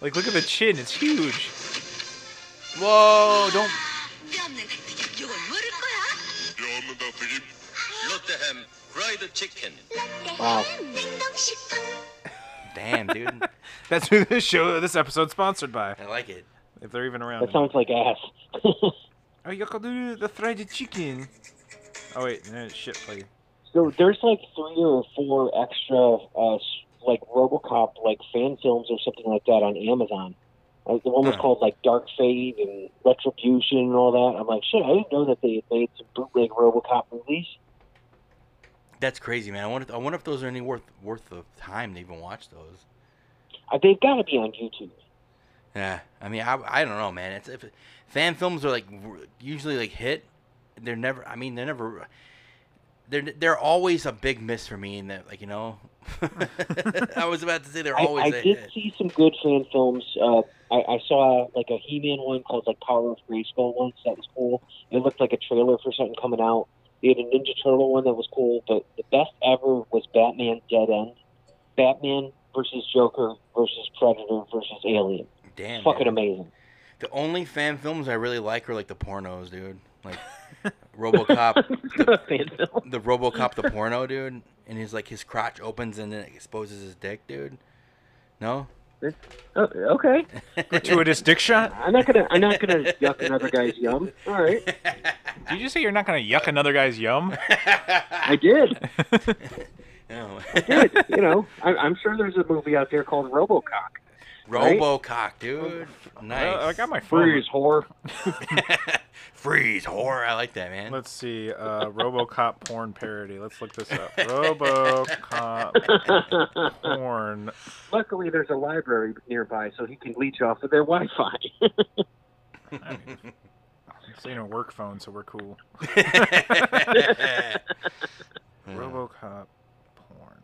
Like look at the chin. It's huge. Whoa, don't. 뼈없는 닭튀김 이걸 모를 거야? 롯데햄 프라이드 치킨. Wow. 냉동식품 Damn, dude. That's who this show, this episode's sponsored by. I like it. If they're even around. That sounds like ass. Oh, you can do the fried chicken. Oh wait, no, shit, play. so there's like three or four extra uh, s- like RoboCop like fan films or something like that on Amazon. Like the one was Huh. called like Dark Fate and Retribution and all that. I'm like, shit, I didn't know that they had made some bootleg RoboCop movies. That's crazy, man. I wonder, I wonder if those are any worth worth the time to even watch those. Uh, they've got to be on YouTube. Yeah, I mean, I, I don't know, man. It's if fan films are like r- usually like hit. They're never. I mean, they're never. They're they're always a big miss for me. And that, like you know, I was about to say they're I, always I a did hit. see some good fan films. Uh, I, I saw like a He-Man one called like Power of Grayskull once. That was cool. It looked like a trailer for something coming out. They had a Ninja Turtle one that was cool, but the best ever was Batman Dead End. Batman versus Joker versus Predator versus Alien. Damn, Fucking dude. amazing. The only fan films I really like are like the pornos, dude. Like RoboCop, the, fan film. the RoboCop, the porno, dude. And his like his crotch opens and then it exposes his dick, dude. No, Oh, okay. Gratuitous dick shot. I'm not gonna. I'm not gonna yuck another guy's yum. All right. Did you just say you're not gonna yuck another guy's yum? I did. no. Did you know? I, I'm sure there's a movie out there called RoboCop. RoboCop, dude. Nice. Uh, I got my phone. Freeze, whore. Freeze, horror. I like that, man. Let's see, uh, RoboCop porn parody. Let's look this up. RoboCop porn. Luckily, there's a library nearby, so he can leech off of their Wi-Fi. I mean, it's in a work phone, so we're cool. RoboCop porn.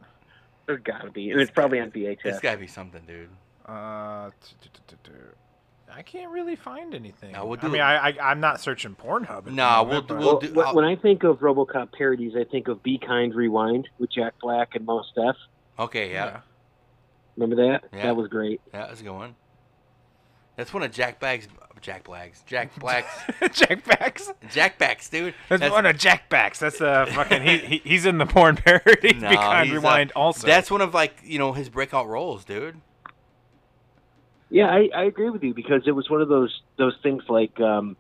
there's gotta be, and it's probably on It's VHS. gotta be something, dude. Uh, t- t- t- t- t- I can't really find anything. No, we'll I do mean, it. I, I I'm not searching Pornhub. at the Nah, we'll moment, do- but- we'll well, do- wh- I'll- when I think of RoboCop parodies, I think of "Be Kind, Rewind" with Jack Black and Mos Def. Okay, yeah, Yeah. Remember that? Yeah. That was great. that was a good one. That's one of Jack Black's Jack Blacks. Jack Blacks. Jackbacks. Jack Backs, dude. That's, one of Jackbacks. That's uh, fucking. He, he he's in the porn parody. No, Be kind, he's, uh, rewind. also, That's one of like you know his breakout roles, dude. Yeah, I, I agree with you because it was one of those those things like um,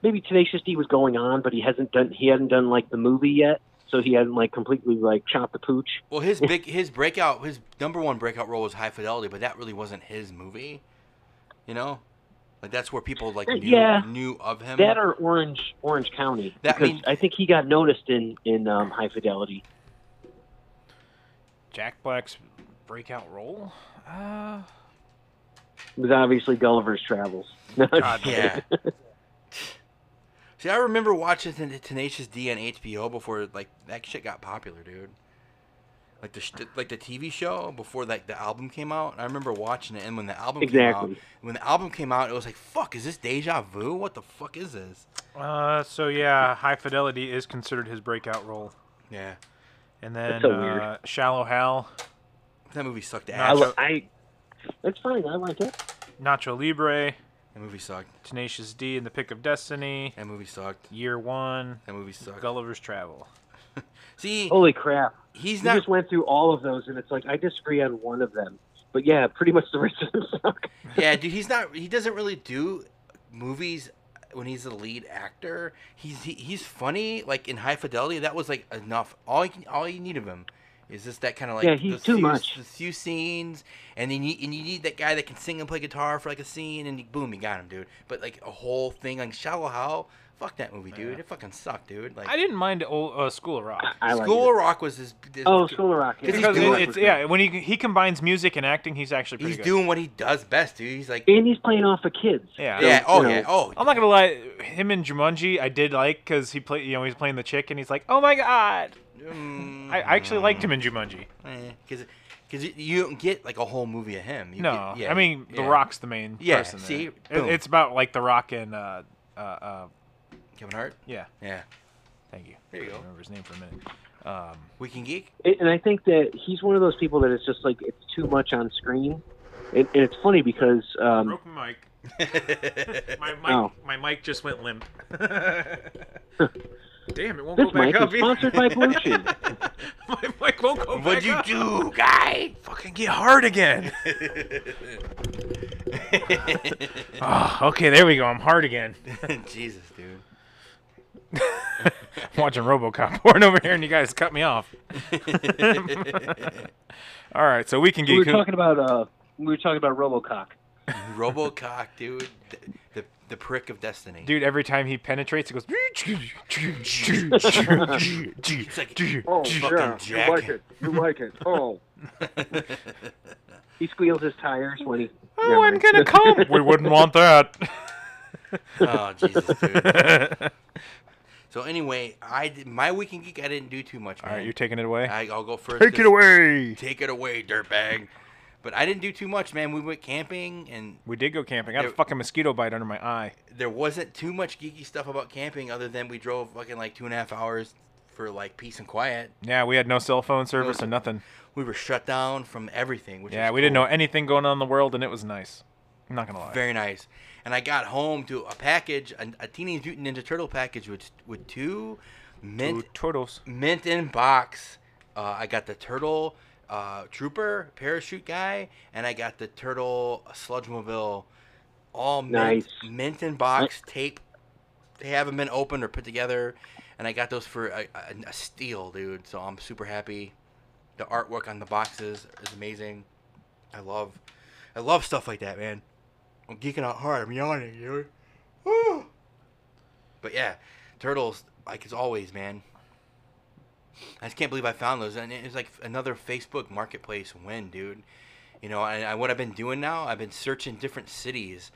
maybe Tenacious D was going on, but he hasn't done he hadn't done like the movie yet, so he hadn't like completely like chopped the pooch. Well, his big his breakout his number one breakout role was High Fidelity, but that really wasn't his movie. You know, like that's where people like knew, Uh, Yeah. knew of him. That or Orange Orange County That because means- I think he got noticed in in um, High Fidelity. Jack Black's breakout role. Uh, It was obviously Gulliver's Travels. yeah. See, I remember watching Ten- Tenacious D on HBO before like that shit got popular, dude. Like the sh- like the TV show before like the album came out. I remember watching it, and when the album came Exactly. out, when the album came out, it was like, "Fuck, is this deja vu? What the fuck is this?" uh, so yeah, High Fidelity is considered his breakout role, Yeah, and then so weird. uh, Shallow Hal, that movie sucked I, ass. Nacho, I that's fine. I like it. Nacho Libre, that movie sucked. Tenacious D in the Pick of Destiny, That movie sucked. Year One, That movie sucked. Gulliver's Travel. See, Holy crap! he's You not. just went through all of those, and it's like I disagree on one of them, but yeah, pretty much the rest of them suck. Yeah, dude, he's not. He doesn't really do movies when he's the lead actor. He's he, he's funny. Like in High Fidelity, that was like enough. All you can, all you need of him is just that kind of like Yeah, he's those too few- much. The few scenes, and then you and you need that guy that can sing and play guitar for like a scene, and you, boom, you got him, dude. But like a whole thing, like Shallow How. Fuck that movie, dude. It fucking sucked, dude. Like I didn't mind old, uh, School of Rock. I like School it. of Rock was his. his Oh, School of Rock. yeah. Because he's Because doing it- it it's yeah, when he he combines music and acting, he's actually pretty He's good. doing what he does best, dude. He's like, And he's playing off of kids. yeah. yeah, oh you yeah, know. oh I'm not gonna lie, him and Jumanji, I did like because he played, you know, he's playing the chick, and he's like, "Oh my god!" mm. I, I actually liked him in Jumanji. because because you don't get like a whole movie of him. You No, get- yeah, I mean The yeah. Rock's the main Yeah, person. there. see? It- Boom. it's about like The Rock and uh, uh, uh, Kevin Hart. yeah. Yeah, Thank you. There you I go. remember his name for a minute. Um, Weekend Geek. And- And I think that he's one of those people that it's just like it's too much on screen. And, and it's funny because um, Broken mic. my mic, Oh. my mic just went limp. Damn, it won't this mic is sponsored by Blue Chew. my mic won't go What'd you do, guy? Fucking get hard again. Ah, okay, there we go. I'm hard again. Jesus, dude. watching RoboCop porn over here, and you guys cut me off. All right, so we can We geek. were who- talking about uh, we were talking about Robocock. Robocock, dude. The, the the prick of destiny. Dude, every time he penetrates, it goes. It's like, Oh, Fucking Jack. You like it. Oh. he squeals his tires when he. oh, I'm gonna come. We wouldn't want that. Oh Jesus, dude. so anyway, I did, my Weekend Geek I didn't do too much. All Man. right, you're taking it away. I, I'll go first. Take 'cause- it away. Take it away, dirtbag. But I didn't do too much, man. We went camping and We did go camping. I got a There- fucking mosquito bite under my eye. there wasn't too much geeky stuff about camping other than we drove fucking like two and a half hours for like peace and quiet. Yeah, we had no cell phone service or nothing. We were shut down from everything, which Yeah, was we didn't cool. know anything going on in the world, and it was nice. I'm not gonna lie. Very nice. And I got home to a package, a, a Teenage Mutant Ninja Turtle package with with two mint Ooh, turtles. mint in box. Uh, I got the turtle uh, trooper parachute guy, and I got the turtle sludgemobile. All mint, Nice. mint in box tape. They haven't been opened or put together, and I got those for a, a, a steal, dude. So I'm super happy. The artwork on the boxes is amazing. I love, I love stuff like that, man. I'm geeking out hard. I'm yawning, dude. Woo! But yeah, turtles like as always, man. I just can't believe I found those, and it was like another Facebook Marketplace win, dude. You know, and I, what I've been doing now, I've been searching different cities,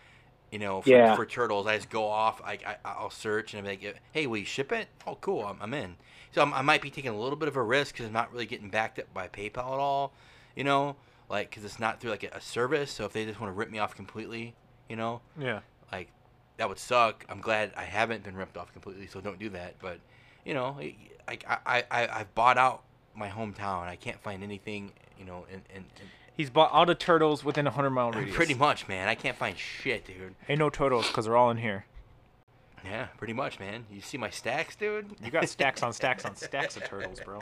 you know, for, Yeah. for turtles. I just go off, I, I I'll search, and I'm like, hey, will you ship it? Oh, cool, I'm, I'm in. So I'm, I might be taking a little bit of a risk because I'm not really getting backed up by PayPal at all, you know, like because it's not through like a, a service. So if they just want to rip me off completely, you know, Yeah. like that would suck. I'm glad I haven't been ripped off completely, so don't do that. But you know, like I I I I've bought out my hometown. I can't find anything you know in in, in He's bought all the turtles within a hundred mile radius. Pretty much, man. I can't find shit, dude. Ain't no turtles because they're all in here. Yeah, pretty much, man. You see my stacks, dude? You got stacks on stacks on stacks of turtles, bro.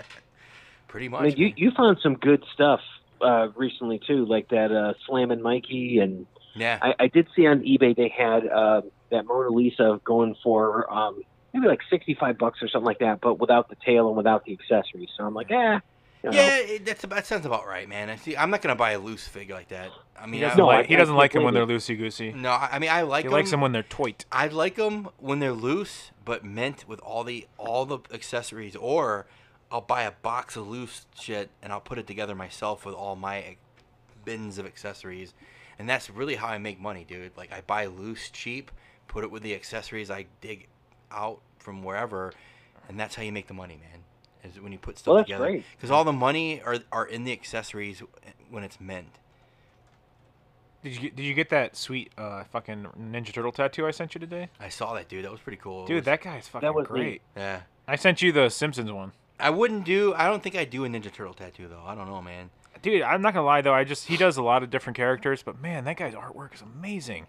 pretty I much. mean, you man. you found some good stuff uh, recently too, like that uh, Slam and Mikey, and yeah. I, I did see on eBay they had uh, that Mona Lisa going for um, maybe like sixty five bucks or something like that, but without the tail and without the accessories. So I'm like, eh. you know. yeah, it, that's about, that sounds about right, man. I see. I'm not gonna buy a loose fig like that. I He mean, I doesn't No, like I- he I doesn't like them when they're completely- loosey goosey. no, I I mean, I like He 'em. likes them when they're toit. I like them when they're loose, but mint with all the all the accessories. Or I'll buy a box of loose shit and I'll put it together myself with all my bins of accessories, and that's really how I make money, dude. Like I buy loose cheap, put it with the accessories I dig out from wherever, and that's how you make the money, man. Is when you put stuff Well, that's together great. because all the money are are in the accessories when it's mint. Did you get- did you get that sweet uh, fucking Ninja Turtle tattoo I sent you today? I saw that, dude. That was pretty cool. It Dude, was- that guy's fucking was great. neat. yeah. I sent you the Simpsons one. I wouldn't do. I don't think I do a Ninja Turtle tattoo though. I don't know, man. Dude, I'm not gonna lie though. I just he does a lot of different characters, but man, that guy's artwork is amazing.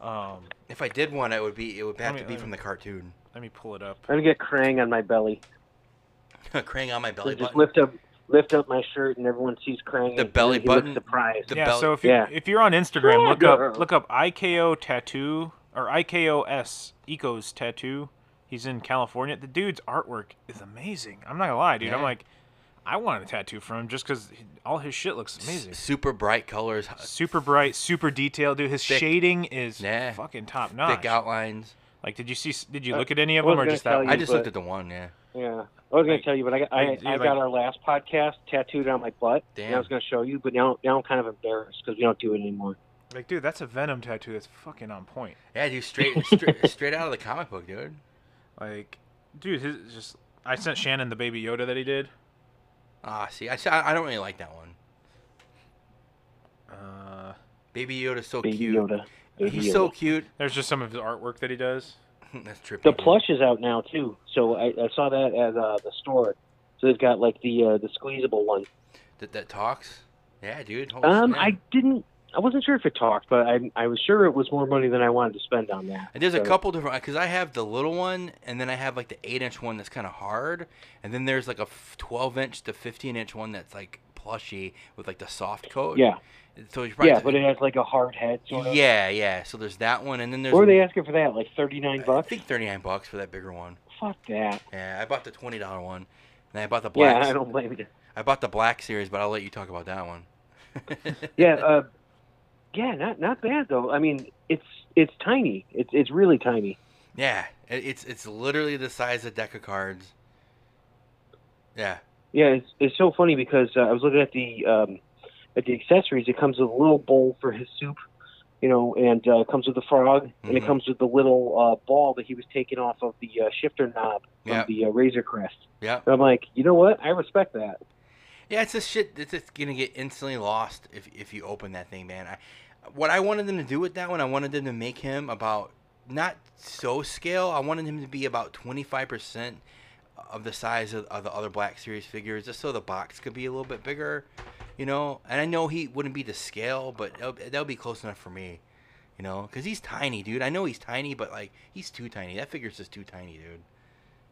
Um, If I did one, it would be it would have me- to be let from the cartoon. let me pull it up. I'm gonna get Krang on my belly. Krang on my So belly just button. lift up, lift up my shirt, and everyone sees Krang. The and belly he looks button? Surprised. The yeah, bell- so if you yeah. if you're on Instagram, look Trigger. up look up IKO tattoo or IKOS Ecos tattoo. He's in California. The dude's artwork is amazing. I'm not gonna lie, dude. Yeah. I'm like, I want a tattoo from him just because all his shit looks amazing. Uh, Super bright colors, Super bright, super detailed, dude. His Thick. shading is Yeah. fucking top notch. thick outlines. Like, did you see? Did you Uh, look at any of I was them, or gonna just tell that? you, one? I just but- looked at the one, yeah. Yeah, I was gonna Like- tell you, but I got, I, Like, you I like- got our last podcast tattooed on my butt, and Damn. I was gonna show you, but now now I'm kind of embarrassed because we don't do it anymore. Like, dude, that's a Venom tattoo. That's fucking on point. Yeah, dude, straight straight, straight out of the comic book, dude. Like, dude, his is just. I sent Shannon the Baby Yoda that he did. Ah, see, I, I don't really like that one. Uh, Baby Yoda's so Baby cute. Yoda. Baby He's Yoda. so cute. there's just some of his artwork that he does. That's trippy. The dude. plush is out now too, so I, I saw that at uh, the store. So they've got like the uh, the squeezable one. that, that talks. Yeah, dude. Holy Um, Oh, snap. I didn't. I wasn't sure if it talked, but I, I was sure it was more money than I wanted to spend on that. And There's a So- couple different because I have the little one, and then I have like the eight inch one that's kind of hard, and then there's like a f- twelve inch to fifteen inch one that's like plushy with like the soft coat. Yeah, So you probably yeah, but it has like a hard head. Sort of. yeah, yeah. So there's that one, and then there's What were they asking for that? Like thirty nine I bucks? think thirty nine bucks for that bigger one. Fuck that. Yeah, I bought the twenty dollar one, and I bought the black. Yeah, I don't blame you. I bought the black series, but I'll let you talk about that one. yeah, uh, yeah, not not bad though. I mean, it's it's tiny. It's it's really tiny. Yeah, it, it's it's literally the size of deck of cards. Yeah. Yeah, it's it's so funny because uh, I was looking at the um, at the accessories. It comes with a little bowl for his soup, you know, and uh, it comes with the frog, and it Mhm. comes with the little uh, ball that he was taking off of the uh, shifter knob from Yeah. the uh, Razor Crest. Yeah. And I'm like, you know what? I respect that. Yeah, it's just shit that's just gonna get instantly lost if if you open that thing, man. I, what I wanted them to do with that one, I wanted them to make him about not so scale. I wanted him to be about twenty five percent of the size of, of the other Black Series figures, just so the box could be a little bit bigger, you know. And I know he wouldn't be to scale, but that'll, that'll be close enough for me, you know, because he's tiny, dude. I know he's tiny, but like he's too tiny. That figure's just too tiny, dude.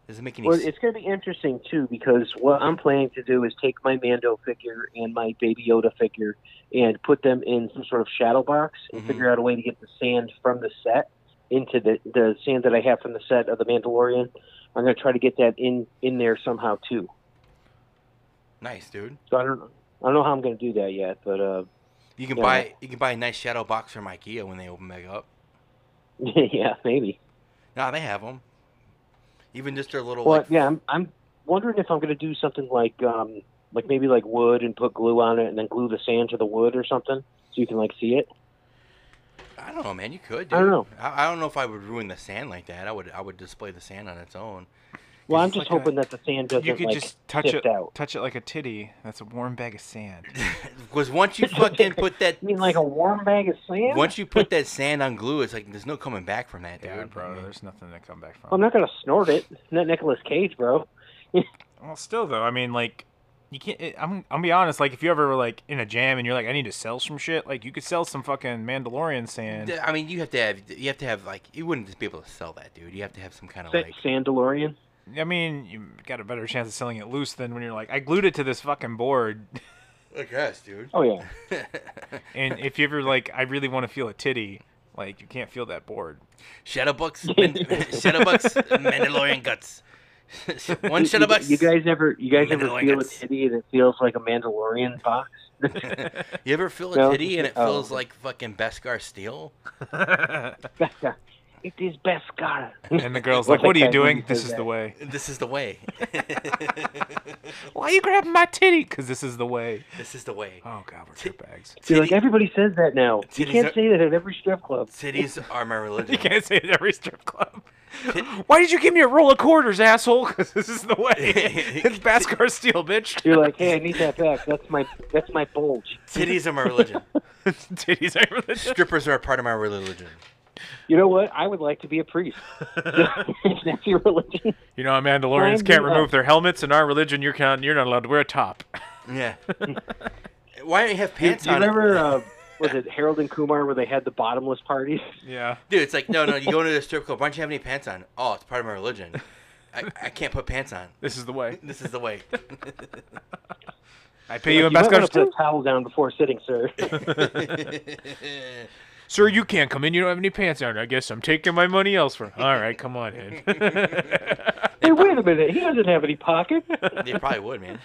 Doesn't make any Well, sense. it's going to be interesting too because what I'm planning to do is take my Mando figure and my Baby Yoda figure and put them in some sort of shadow box and Mhm. figure out a way to get the sand from the set into the the sand that I have from the set of the Mandalorian. I'm going to try to get that in in there somehow too. Nice, dude. So I don't I don't know how I'm going to do that yet, but uh, You can Yeah. buy you can buy a nice shadow box from IKEA when they open back up. yeah, maybe. Nah, they have them. Even just their little Well, like, yeah, I'm I'm wondering if I'm going to do something like um like maybe like wood and put glue on it and then glue the sand to the wood or something so you can like see it. I don't know, man. You could. Dude. I don't know. I, I don't know if I would ruin the sand like that. I would I would display the sand on its own. Well, I'm It's just like hoping that the sand doesn't You could like just touch sift it, out. touch it like a titty. That's a warm bag of sand. Because once you fucking put that You mean like a warm bag of sand? once you put that sand on glue, it's like there's no coming back from that, dude. Dude, I bro, mean, there's nothing to come back from. I'm not gonna snort it. Not Nicolas Cage, bro. Well, still though, I mean, like, you can't. It, I'm I'm be honest. Like if you ever were like in a jam and you're like, I need to sell some shit. Like you could sell some fucking Mandalorian sand. I mean, you have to have you have to have like you wouldn't just be able to sell that, dude. You have to have some kind of That like Sandalorian. I mean, you got a better chance of selling it loose than when you're like, I glued it to this fucking board. I guess, dude. Oh yeah. And if you ever like, I really want to feel a titty. Like you can't feel that board. Shadowbucks, Man- Shadowbucks, Mandalorian guts. One you, you, Shadowbucks. you guys ever you guys ever Mandalorian feel a guts. titty and it feels like a Mandalorian box? You ever feel a No, titty and it oh. feels like fucking Beskar steel? it is Beskar. And the girl's like, What are you doing? This is the way. This is the way. Why are you grabbing my titty? Because this is the way. this is the way. Oh god, we're dirtbags. You're like everybody says that now. You Titties can't are- say that at every strip club. Titties are my religion. You can't say it at every strip club. Why did you give me a roll of quarters, asshole? Because this is the way. it's Baskar Steel, bitch. You're like, hey, I need that back. That's my that's my bulge. Titties are my religion. Titties are religious. Strippers are a part of my religion. You know what? I would like to be a priest. if that's your religion. You know, how Mandalorians Sign can't me remove up. their helmets. In our religion, you're can't, you're not allowed to wear a top. Yeah. Why don't you have Do you pants on? remember uh, was it Harold and Kumar where they had the bottomless parties? Yeah. Dude, it's like, no, no, you go into the strip club. Why don't you have any pants on? Oh, it's part of my religion. I, I can't put pants on. This is the way. This is the way. I pay you you in might want Baskar to put Steel. a towel down before sitting, sir. Sir, you can't come in. You don't have any pants on. I guess I'm taking my money elsewhere. All right, come on in. hey, wait a minute. He doesn't have any pocket. they probably would, man.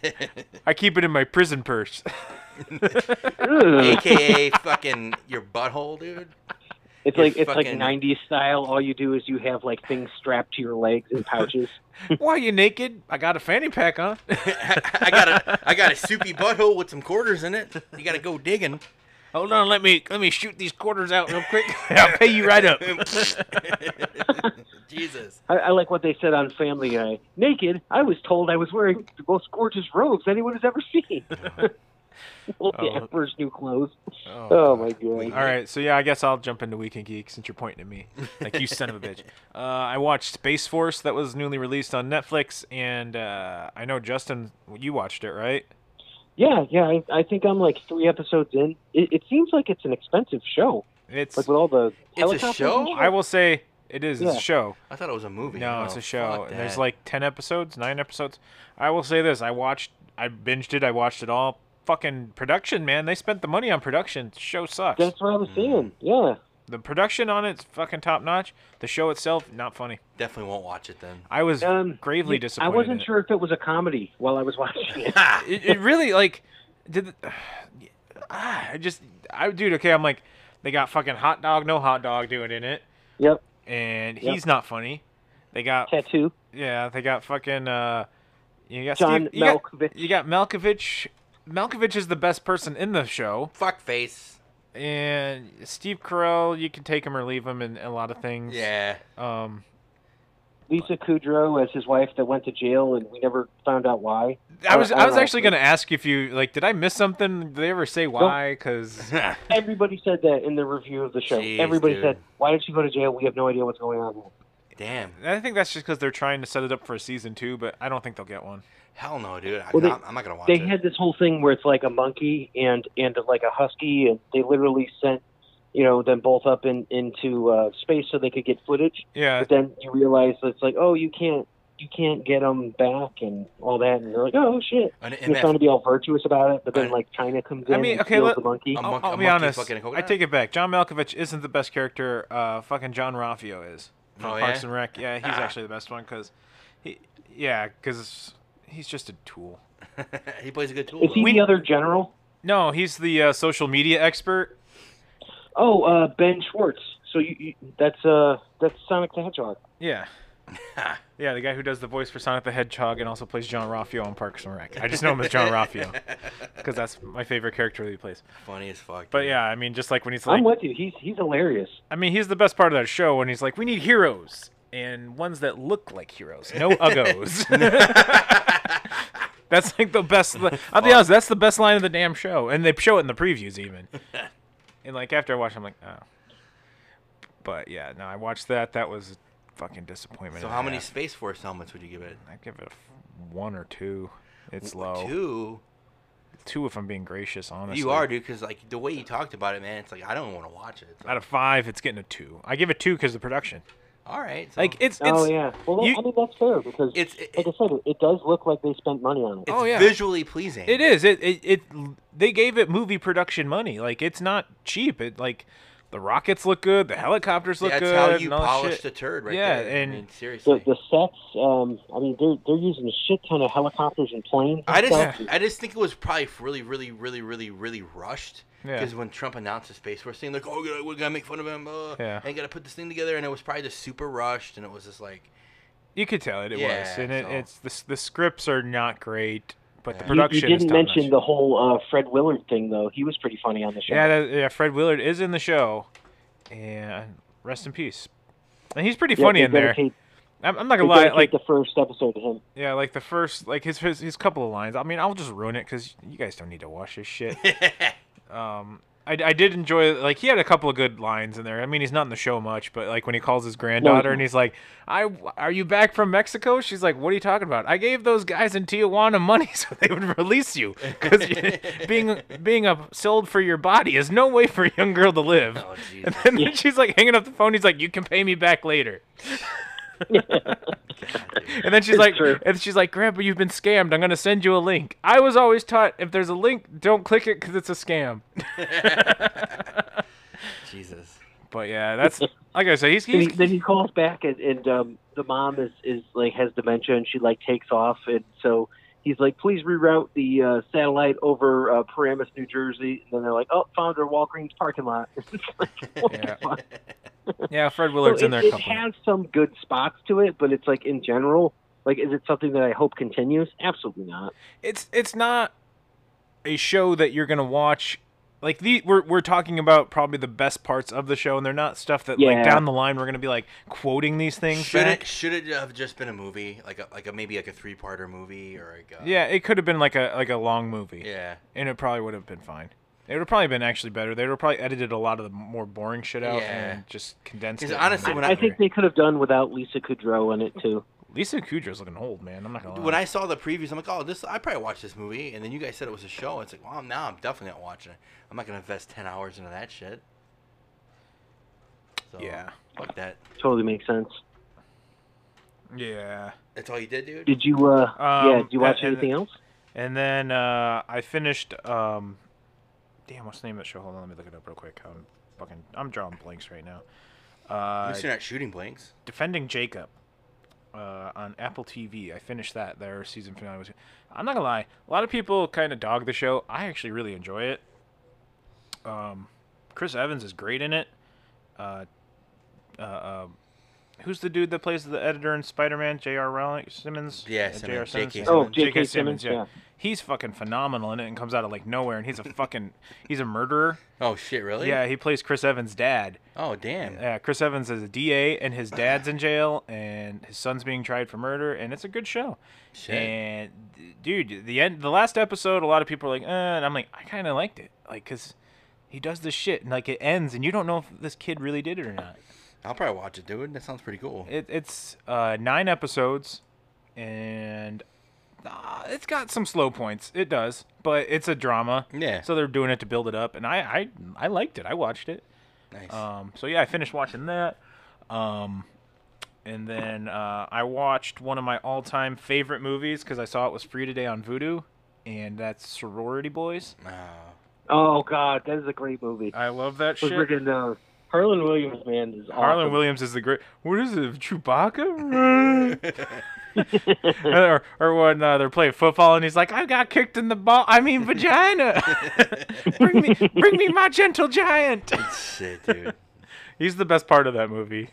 I keep it in my prison purse. Ugh. AKA fucking your butthole, dude. It's like You're it's like fucking- '90s style. All you do is you have like things strapped to your legs in pouches. Why you naked? I got a fanny pack on. I got a I got a soupy butthole with some quarters in it. You gotta go digging. Hold on, let me let me shoot these quarters out real quick. I'll pay you right up. Jesus. I, I like what they said on Family Guy. Naked, I was told I was wearing the most gorgeous robes anyone has ever seen. well, the Emperor's new clothes. Oh, my god! All right, so yeah, I guess I'll jump into Weekend Geek since you're pointing at me, like you son of a bitch. Uh, I watched Space Force that was newly released on Netflix, and uh, I know Justin, you watched it, right? Yeah, yeah. I, I think I'm like three episodes in. It, it seems like it's an expensive show. It's Like with all the It's a helicopters show? and shit. I will say it is it's Yeah. a show. I thought it was a movie. No, Oh, it's a show. fuck And there's that. like ten episodes, nine episodes. I will say this: I watched, I binged it, I watched it all. Fucking production, man. They spent the money on production. Show sucks. That's what I was saying. Yeah. The production on it's fucking top notch. The show itself, not funny. definitely won't watch it then. I was Um, gravely yeah, disappointed. I in wasn't it. sure if it was a comedy while I was watching it. it, it really like did ah, I just I dude okay I'm like they got fucking hot dog no hot dog doing in it yep. and Yep. he's not funny they got Tattoo. yeah they got fucking uh you got John Steve, you got- Malkovich. you got Malkovich Malkovich is the best person in the show Fuck face. and Steve Carell you can take him or leave him in a lot of things Yeah. um Lisa Kudrow as his wife that went to jail and we never found out why. I was I was don't actually know. gonna ask if you like did I miss something did they ever say why because Everybody said that in the review of the show. Jeez, Everybody dude. said, "Why did she go to jail? We have no idea what's going on." here." Damn. I think that's just because they're trying to set it up for a season two but I don't think they'll get one. Hell no, dude. I, Well, they- am I'm not gonna watch They it. had this whole thing where it's like a monkey and and like a husky, and they literally sent you know them both up in into uh, space so they could get footage. Yeah, But then you realize it's like, oh, you can't you can't get them back and all that, and they're like, oh shit. An They're trying to MF. be all virtuous about it, but then I- like China comes I in mean, and okay, steals let- um, the monkey. I'm- I'll, monk- I'll a be monkey honest. fucking a I coconut? take it back. John Malkovich isn't the best character. Uh, fucking John Raffio is from Oh, Parks yeah? Ah. and Rec. Yeah, he's actually the best one because he, yeah, because he's just a tool. he plays a good tool. Is he though. the other general? No, he's the uh, social media expert. Oh, uh, Ben Schwartz. So you, you that's uh that's Sonic the Hedgehog. Yeah. Yeah, the guy who does the voice for Sonic the Hedgehog and also plays John Raffio on Parks and Rec. I just know him as John Raffio because that's my favorite character that he plays. funny as fuck. But dude. yeah, I mean, just like when he's like, I'm with you. He's he's hilarious. I mean, he's the best part of that show when he's like, we need heroes and ones that look like heroes, no uggos. that's like the best. Li- I'll be honest, that's the best line of the damn show, and they show it in the previews even. and like after I watch, I'm like, oh. But yeah, no, I watched that. That was a fucking disappointment. So and a how many half. Space Force helmets would you give it? I give it a f- one or two. It's W- low. Two? Two. if I'm being gracious, honestly. You are, dude, because like the way you talked about it, man, it's like I don't want to watch it. It's like, Out of five, it's getting a two. I give it two because the production. all right, so Like it's, it's oh yeah. Well, you- I mean that's fair because it's it, like I said, it, it does look like they spent money on it. it's Oh, yeah. visually pleasing. It is. It, it it they gave it movie production money. Like it's not cheap. It like the rockets look good, the helicopters look That's good. how you and all that polished shit. a turd, right Yeah, there. and- I mean, seriously. The, the sets, um, I mean, they're they're using a shit ton of helicopters and planes. and I just, stuff. I just think it was probably really, really, really, really, really rushed. Yeah. Because when Trump announced the Space Force thing, like, oh, we're gonna- we're gonna make fun of him, uh, Yeah. and gotta put this thing together, and it was probably just super rushed, and it was just like, You could tell it. It was, Yeah, and it, so- it's the s- the scripts are not great, but Yeah. the You- production. You, is didn't top-notch. mention the whole uh, Fred Willard thing though. He was pretty funny on the show. Yeah, that, yeah. Fred Willard is in the show, and rest in peace. And he's pretty Yeah, funny they in there. dedicate- I'm, I'm not they gonna lie. dedicate Like the first episode to him. yeah, like the first like his his, his couple of lines. I mean, I'll just ruin it because you guys don't need to watch this shit. um, I, I did enjoy like he had a couple of good lines in there. I mean, he's not in the show much, but like when he calls his granddaughter and he's like, "I are you back from Mexico?" She's like, "What are you talking about? I gave those guys in Tijuana money so they would release you because being being up sold for your body is no way for a young girl to live." oh, Jesus. And then she's like hanging up the phone. He's like, "You can pay me back later." and then she's like, true. and she's like, "Grandpa, you've been scammed. I'm gonna send you a link." I was always taught if there's a link, don't click it because it's a scam. Jesus. But yeah, that's like I said, he's, Then he, he's then he calls back and, and um, the mom is, is like has dementia and she like takes off and so he's like, please reroute the uh, satellite over uh, Paramus, New Jersey. And then they're like, oh, found her Walgreens parking lot. It's like, what the Yeah. fuck? yeah. Fred Willard's So in there. it, A it couple. has some good spots to it, but it's like in general, like is it something that I hope continues? Absolutely not. It's it's not a show that you're gonna watch. Like the we're we're talking about probably the best parts of the show, and they're not stuff that like Yeah. down the line we're gonna be like quoting these things. Should back. it should it have just been a movie, like a like a maybe like a three parter movie or like a, Yeah, it could have been like a like a long movie. yeah and it probably would have been fine. It would have probably been actually better. They would have probably edited a lot of the more boring shit out Yeah. and just condensed it. 'Cause honestly, in when a I- I think they could have done without Lisa Kudrow in it too. Lisa Kudrow's looking old, man. I'm not gonna lie. When I saw the previews, I'm like, oh, this I probably watched this movie, and then you guys said it was a show. It's like, well, now I'm definitely not watching it. I'm not gonna invest ten hours into that shit. So, Yeah. fuck that. Totally makes sense. yeah. That's all you did, dude. Did you? Uh, Um, yeah. Did you watch and- and- anything else? And then uh, I finished. Um, damn, what's the name of that show? Hold on, let me look it up real quick. I'm fucking. I'm drawing blanks right now. At Uh, least you're not shooting blanks. Defending Jacob uh, on Apple TV. I finished that. Their season finale was. I'm not gonna lie. A lot of people kind of dog the show. I actually really enjoy it. Um, Chris Evans is great in it. Uh, uh, uh, who's the dude that plays the editor in Spider-Man? J.R. Rowling Simmons. Yeah, Uh, Simmons, J.K. yeah. Simmons. Oh, J.K. Simmons, yeah. He's fucking phenomenal in it and comes out of like nowhere and he's a fucking he's a murderer. Oh shit, really? Yeah, he plays Chris Evans' dad. Oh damn. Yeah, uh, Chris Evans is a DA, and his dad's in jail, and his son's being tried for murder, and it's a good show. Shit. And d- dude, the end, the last episode, a lot of people are like, eh, and I'm like, I kind of liked it, like, cause he does this shit, and like it ends, and you don't know if this kid really did it or not. I'll probably watch it, dude. That sounds pretty cool. It, it's uh, nine episodes, and uh, it's got some slow points. It does, but it's a drama. Yeah. So they're doing it to build it up, and I I, I liked it. I watched it. nice. Um, so yeah, I finished watching that. Um, and then uh, I watched one of my all-time favorite movies because I saw it was free today on Vudu, and that's Sorority Boys. Wow. Oh God, that is a great movie. I love that Was shit. uh, Harlan Williams, man, is Harlan awesome. Williams is the great. What is it, Chewbacca? or, or when uh, they're playing football and he's like, "I got kicked in the ball. I mean, vagina. bring me, bring me my gentle giant." shit, dude. he's the best part of that movie.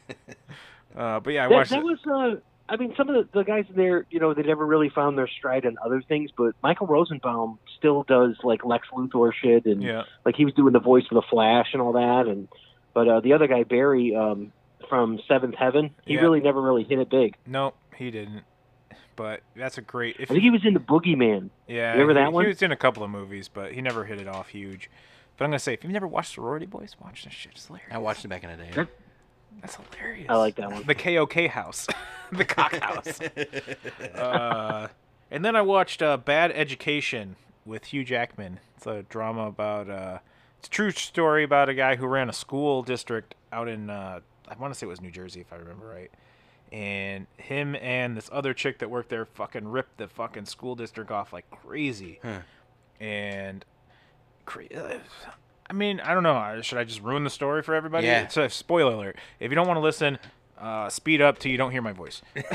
Uh, but yeah, I That, watched. that it. was. Uh, I mean, some of the, the guys there, you know, they never really found their stride on other things, but Michael Rosenbaum still does like Lex Luthor shit, and Yeah. like he was doing the voice of the Flash and all that, and but uh, the other guy Barry um, from Seventh Heaven, he Yeah. really never really hit it big. No, he didn't. But that's a great. If I think he was in the Boogeyman. yeah, remember he, that one? He was in a couple of movies, but he never hit it off huge. But I'm gonna say, if you've never watched Sorority Boys, watch this shit. It's hilarious. I watched it back in the day. That- That's hilarious. I like that one. The KOK house, the cock house. uh, and And then I watched uh, Bad Education with Hugh Jackman. It's a drama about uh, it's a true story about a guy who ran a school district out in uh, I want to say it was New Jersey if I remember right. And him and this other chick that worked there fucking ripped the fucking school district off like crazy. And cra- I mean, I don't know. I- Should I just ruin the story for everybody? Yeah. It's a spoiler alert. If you don't want to listen, uh, speed up till you don't hear my voice.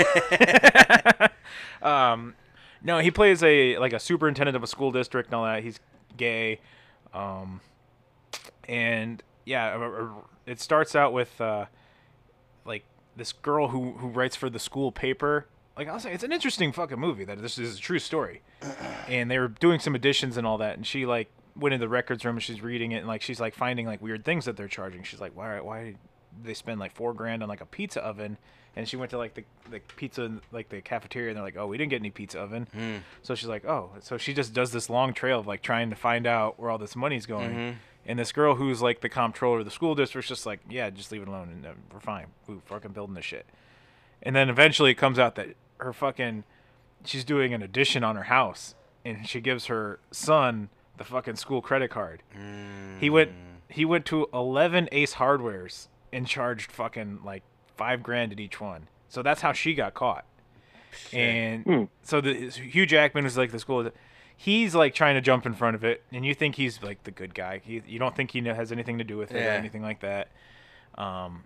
um, no, he plays a like a superintendent of a school district and all that. He's gay, um, and yeah, a- a- a- it starts out with uh, like this girl who who writes for the school paper. Like I was saying, it's an interesting fucking movie. That this is a true story, and they were doing some editions and all that. And she like went into the records room and she's reading it and like she's like finding like weird things that they're charging. She's like, why why did they spend like four grand on like a pizza oven? And she went to like the the pizza like the cafeteria and they're like, oh, we didn't get any pizza oven. So she's like, oh, so she just does this long trail of like trying to find out where all this money's going. And this girl who's like the comptroller of the school district's just like, yeah, just leave it alone and uh, we're fine. We're fucking building this shit. And then eventually it comes out that her fucking she's doing an addition on her house and she gives her son the fucking school credit card. He went he went to 11 Ace Hardwares and charged fucking like 5 grand at each one. So that's how she got caught. And so the Hugh Jackman was like the school he's like trying to jump in front of it and you think he's like the good guy. He, you don't think he kn- has anything to do with it or Yeah. anything like that. Um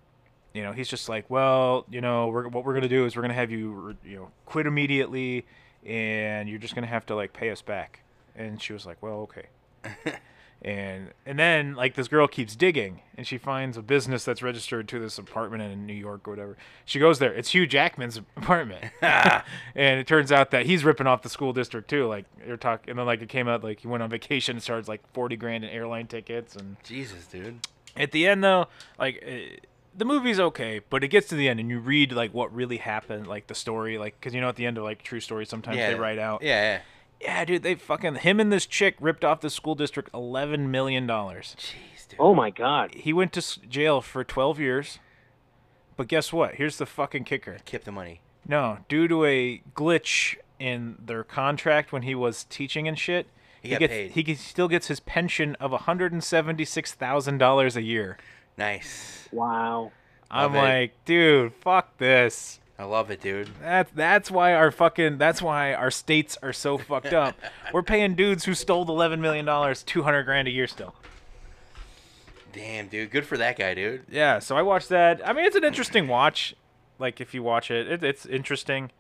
you know, he's just like, well, you know, we're, what we're gonna do is we're gonna have you, you know, quit immediately, and you're just gonna have to like pay us back. And she was like, well, okay. and and then like this girl keeps digging, and she finds a business that's registered to this apartment in New York or whatever. She goes there. It's Hugh Jackman's apartment, and it turns out that he's ripping off the school district too. Like they're talking, and then like it came out like he went on vacation and charged like forty grand in airline tickets and. Jesus, dude. At the end, though, like uh, the movie's okay, but it gets to the end and you read like what really happened, like the story, like because you know at the end of like true stories, sometimes they write out. Yeah. Yeah. yeah. dude, they fucking him and this chick ripped off the school district eleven million dollars. Jeez, dude. Oh my God. He went to s- jail for twelve years. But guess what? Here's the fucking kicker. Kept the money. No, due to a glitch in their contract when he was teaching and shit, he, got gets paid. he gets- still gets his pension of hundred and seventy six thousand dollars a year. Nice. Wow. I'm Love it. like, dude, fuck this. I love it, dude. That's that's why our fucking that's why our states are so fucked up. We're paying dudes who stole eleven million dollars two hundred grand a year still. Damn, dude. Good for that guy, dude. Yeah, so I watched that. I mean, it's an interesting watch. Like if you watch it, it it's interesting.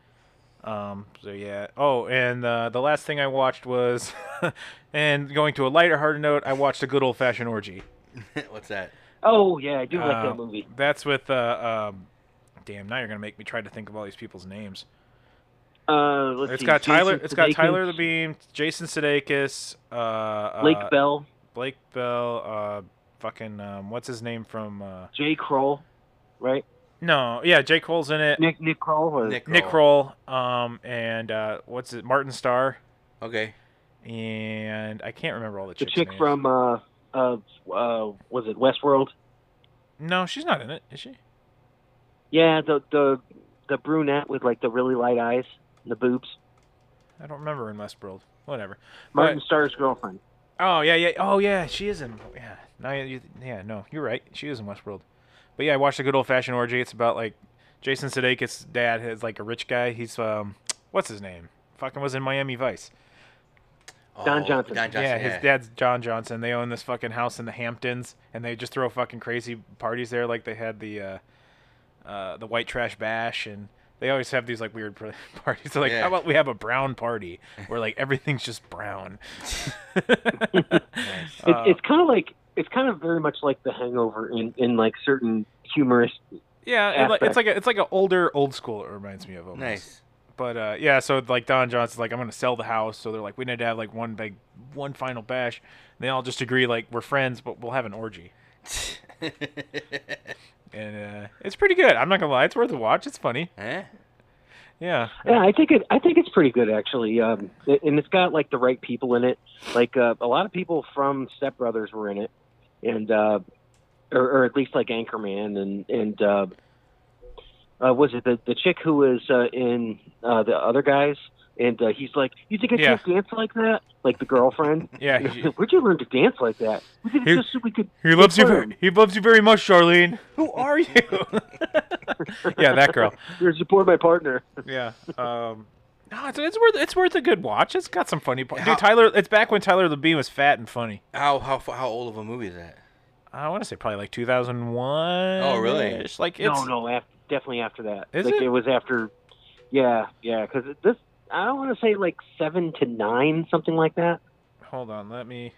Um, so yeah. Oh, and uh, the last thing I watched was, and going to a lighter hearted note, I watched a good old fashioned orgy. What's that? Oh yeah, I do like Uh, that movie. That's with uh, um, damn. Now you're gonna make me try to think of all these people's names. Uh, let's It's see, got Tyler. Jason It's got Sudeikis, Tyler the Beam, Jason Sudeikis, uh, uh, Blake Bell, Blake Bell, uh, fucking um, what's his name from? Uh, Jay Kroll, right? no, yeah, Jake Cole's in it. Nick, Nick Nick Kroll or Nick. Kroll, um, and uh, what's it? Martin Starr, Okay. and I can't remember all the the chicks. chick names. from uh uh uh was it Westworld? No, she's not in it, is she? Yeah, the the the brunette with like the really light eyes, and the boobs. I don't remember in Westworld. Whatever. Martin Starr's girlfriend. Oh yeah, yeah. Oh yeah, she is in. Yeah, no, you, you- yeah, no, you're right. She is in Westworld. But yeah, I watched a good old fashioned orgy. It's about like Jason Sudeikis' dad is like a rich guy. He's um, what's his name? Fucking was in Miami Vice. Don Oh, Johnson. Don Johnson. yeah, his dad's John Johnson. They own this fucking house in the Hamptons, and they just throw fucking crazy parties there. Like they had the uh, uh, the white trash bash, and they always have these like weird pr- parties. They're like, Yeah. how about we have a brown party where like everything's just brown? It, Uh, it's kind of like it's kind of very much like The Hangover in in like certain humorous. Yeah, and like, it's aspect. like a, it's like an older old school. It reminds me of almost. Nice. But uh, yeah, so like Don Johnson's like, I'm gonna sell the house. So they're like, we need to have like one big, one final bash. And they all just agree like we're friends, but we'll have an orgy. And uh, it's pretty good. I'm not gonna lie, it's worth a watch. It's funny. Eh? Yeah. Yeah, I think it I think it's pretty good actually. Um, it- and it's got like the right people in it. Like uh, a lot of people from Step Brothers were in it, and uh, or, or at least like Anchorman and and uh, uh, was it the the chick who was uh, in uh, the other guys And uh, he's like, "You think I Yeah. can't dance like that?" Like the girlfriend. Yeah, You know, he- Where'd you learn to dance like that? We did it He- just so we could. He loves you. confirm. ver- He loves you very much, Charlene. Who are you? yeah, that girl. You're support my partner. Yeah. Um, no, it's, it's worth it's worth a good watch. It's got some funny parts. How- Dude, Tyler. It's back when Tyler the Bee was fat and funny. how how how old of a movie is that? I want to say probably like 2001. Oh, really? -ish. Like it's No, no, after, definitely after that. Is like it? it? was after. Yeah, yeah, because this I don't want to say like seven to nine, something like that. Hold on, let me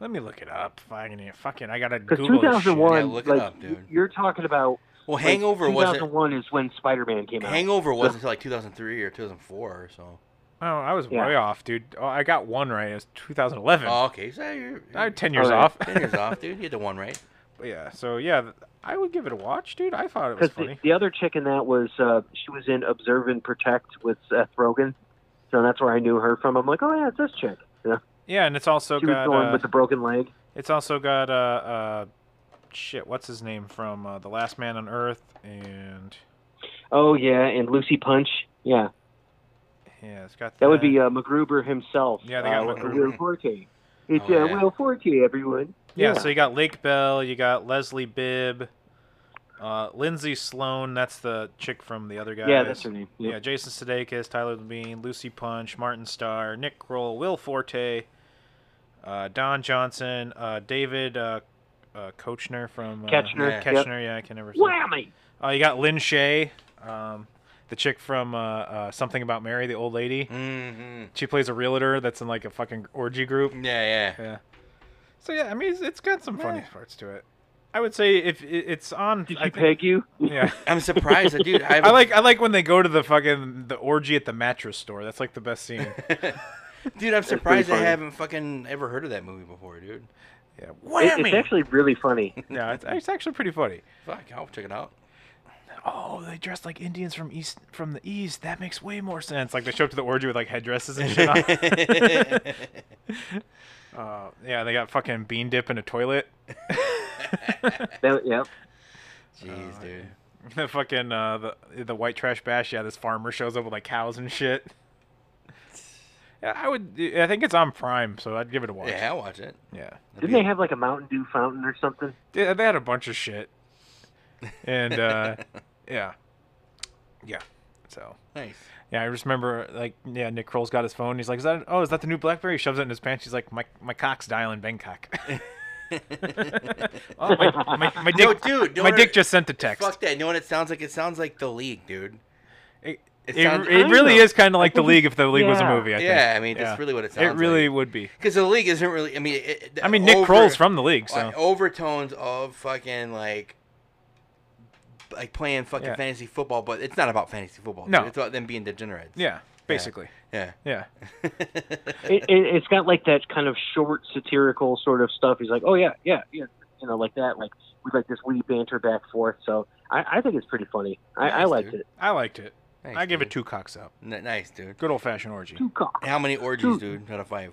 let me look it up. Fucking fucking, I gotta Because Google this shit. 2001, Yeah, look it like up, dude. y- you're talking about. Well, like, Hangover wasn't. 2001 is when Spider-Man came out. Hangover was until like 2003 or 2004 or so. Oh, I was Yeah. way off, dude. Oh, I got one right. It was 2011. Oh, okay. So you're, I'm you're 10 years Alright. off. 10 years off, dude. You had the one right. But yeah. So yeah, th- I would give it a watch, dude. I thought it was Because the, funny. the other chick in that was uh, she was in Observe and Protect with Seth Rogen, so that's where I knew her from. I'm like, oh yeah, it's this chick. You know, Yeah, and it's also she was got the one uh, with the broken leg. it's also got uh uh shit. What's his name from uh, the Last Man on Earth and Oh yeah, and Lucy Punch. Yeah, yeah, it's got that would be uh, MacGruber himself. Yeah, they got uh, MacGruber. Will Forte. It's Oh, uh, yeah. Will Forte, everyone. Yeah, so you got Lake Bell, you got Leslie Bibb, uh, Lindsay Sloan, that's the chick from the other guys. yeah, that's her name. Yeah. Yeah, Jason Sudeikis, Tyler Bean, Lucy Punch, Martin Starr, Nick Kroll, Will Forte, uh, Don Johnson, uh, David uh, uh, Kochner from uh, Koechner, Yeah. yep. Koechner, yeah, I can never. Say. Whammy! Oh, you got Lynn Shay, um, the chick from uh, uh, Something About Mary, the old lady. Mm. Mm-hmm. She plays a realtor that's in like a fucking orgy group. Yeah, yeah. Yeah. So yeah, I mean, it's, it's got some funny parts to it. I would say if it, it's on, Did I she think- peg you? yeah. I'm surprised, that, dude. I, I like I like when they go to the fucking the orgy at the mattress store. That's like the best scene. dude. I'm surprised I funny. haven't fucking ever heard of that movie before, dude. Yeah, It- whammy. it's actually really funny. yeah, it's, it's actually pretty funny. Fuck, I'll check it out. Oh, they dress like Indians from east from the east. That makes way more sense. Like they show up to the orgy with like headdresses and shit. on. uh, yeah, they got fucking bean dip in a toilet. That, yeah. Jeez, dude. The fucking uh, the the white trash bash. Yeah, this farmer shows up with like cows and shit. Yeah, I would. I think it's on Prime, so I'd give it a watch. Yeah, I'll watch it. Yeah. Didn't they have like a Mountain Dew fountain or something? Yeah, they had a bunch of shit. And uh, yeah, yeah. So Nice. yeah, I just remember like yeah, Nick Kroll's got his phone. He's like, "Is that? Oh, is that the new BlackBerry?" He shoves it in his pants. He's like, "My my cock's dialing Bangkok." oh, my, my, my dick, Yo, dude, don't my worry. dick just sent a text. Fuck that. You know what it sounds like? It sounds like The League, dude. It, It it, sounds- it really Kinda. is kind of like the league if the league was a Yeah. movie. I think. Yeah, I mean, that's really what it sounds It really like. would be. Because The League isn't really. I mean, it, it- I mean, Nick over- Kroll's from the league, so uh, overtones of fucking like like playing fucking Yeah. fantasy football, but it's not about fantasy football. dude. No. it's about them being degenerates. yeah, basically, yeah. yeah. it, it, it's got like that kind of short satirical sort of stuff. He's like, oh yeah, yeah, yeah, you know, like that. Like we like this wee banter back forth. So I, I think it's pretty funny. I, I Nice, liked dude. it. I liked it. Nice, I give dude. it two cocks up. N- nice, dude. Good old fashioned orgy. Two cocks. How many orgies, dude? Out of five.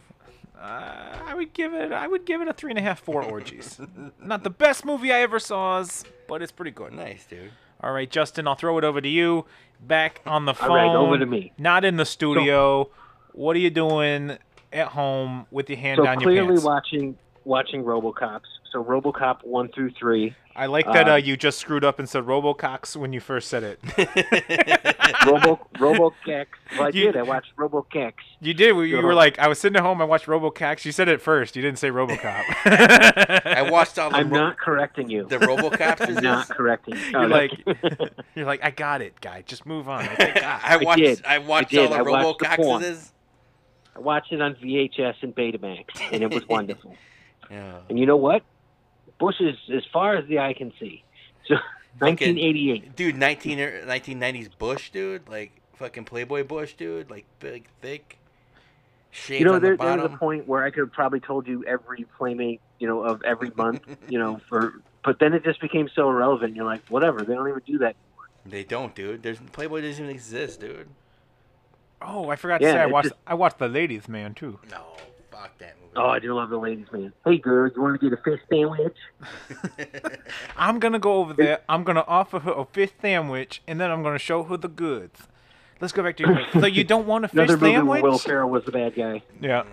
Uh, I would give it. I would give it a three and a half, four orgies. Not the best movie I ever saw, but it's pretty good. Nice, dude. All right, Justin, I'll throw it over to you. Back on the phone. All right, over to me. Not in the studio. What are you doing at home with your hand So down your clearly pants? watching watching RoboCops. So RoboCop one through three, I like that uh, uh, you just screwed up and said Robococks when you first said it. Robo RoboCex. Well, I You- did. I watched RoboCex. You did. You Good were old- like, I was sitting at home. I watched Robococks. You said it first. You didn't say Robocop. I watched all the I'm ro- not correcting you. the RoboCops. Is I'm not correcting. you. Oh, You're No, like, that's- you're like, I got it, guy. Just move on. I think I watched. I, did. watched I all did. the I watched the porn. RoboCops. I watched it on VHS and Betamax, and it was wonderful. Yeah. And you know what? Bush is as far as the eye can see. So 1988. Dude, 19, er- 1990s Bush, dude. Like fucking Playboy Bush, dude. Like big, thick. Shades You know, on the there, there was bottom. a point where I could have probably told you every playmate, you know, of every month, you know, for. But then it just became so irrelevant. You're like, whatever. They don't even do that. They don't, dude. There's Playboy doesn't even exist, dude. Oh, I forgot Yeah, to say I it's watched. just- I watched The Ladies Man too. No, fuck that movie. Oh, I do love the ladies, man. Hey, girl, you want to get a fish sandwich? I'm gonna go over there. I'm gonna offer her a fish sandwich, and then I'm gonna show her the goods. Let's go back to your. so you don't want a fish Another movie where sandwich? Will Ferrell was the bad guy. Yeah.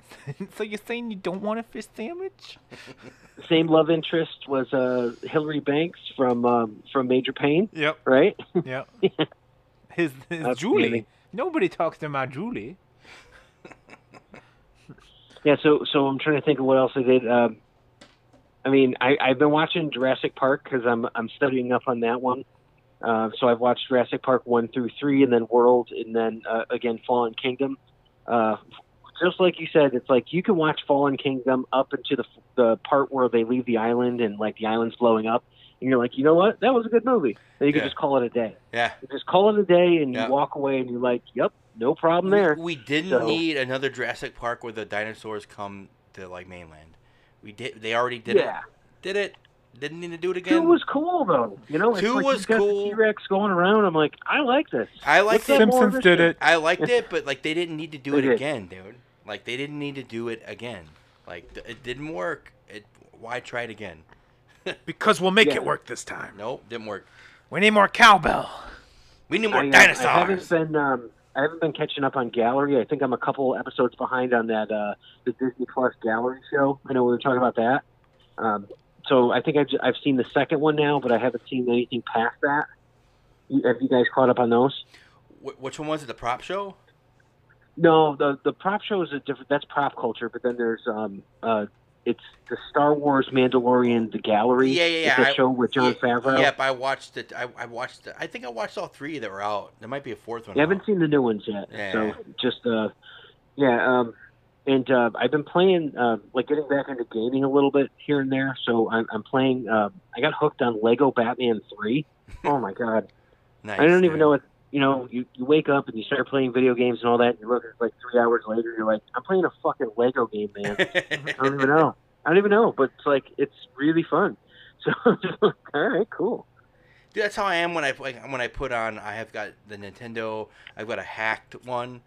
so you're saying you don't want a fish sandwich? Same love interest was uh, Hillary Banks from um, from Major Payne, Yep. right? Yep. his his That's Julie. really- Nobody talks to my Julie. Yeah, so so I'm trying to think of what else I did. Um, I mean, I, I've been watching Jurassic Park because I'm I'm studying up on that one. Uh, so I've watched Jurassic Park one through three, and then World, and then uh, again Fallen Kingdom. Uh, just like you said, it's like you can watch Fallen Kingdom up into the the part where they leave the island and like the island's blowing up, and you're like, you know what, that was a good movie. Then you Yeah. can just call it a day. Yeah. You just call it a day, and Yeah. you walk away, and you're like, yep, no problem We- there. We, didn't So- need another Jurassic Park where the dinosaurs come to like mainland. We did. They already did Yeah. it. Did it. Didn't need to do it again. Two was cool though. You know, it's Two like was you've got cool. The T Rex going around. I'm like, I like this. I liked Let's have it. more of Simpsons did this shit. it. I liked it, but like they didn't need to do They it did. again, dude. Like they didn't need to do it again. Like th- it didn't work. It why try it again? Because we'll make Yeah. it work this time. Nope, didn't work. We need more cowbell. We need I, more uh, dinosaurs. I haven't been. Um, I haven't been catching up on gallery. I think I'm a couple episodes behind on that uh, the Disney Plus gallery show. I know we were talking about that. Um, so I think I've, j- I've seen the second one now, but I haven't seen anything past that. You, have you guys caught up on those? Wh- which one was it? The prop show? No, the the prop show is a different. That's prop culture, but then there's um uh, it's the Star Wars Mandalorian, the gallery. Yeah, yeah, yeah. It's a I- show with John yeah, Favreau. Yep, I watched it. I, I watched. It. I think I watched all three that were out. There might be a fourth one. Yeah, I out. haven't seen the new ones yet. Yeah. So just uh, yeah. Um, and uh, I've been playing, uh, like getting back into gaming a little bit here and there. So I'm, I'm playing. Uh, I got hooked on Lego Batman Three. Oh my god! Nice, I don't even dude. know what you know. You, you wake up and you start playing video games and all that. And you look, it's like three hours later. You're like, I'm playing a fucking Lego game, man. I don't even know. I don't even know, but it's like it's really fun. So I'm just like, all right, cool. Dude, that's how I am when I like, when I put on. I have got the Nintendo. I've got a hacked one,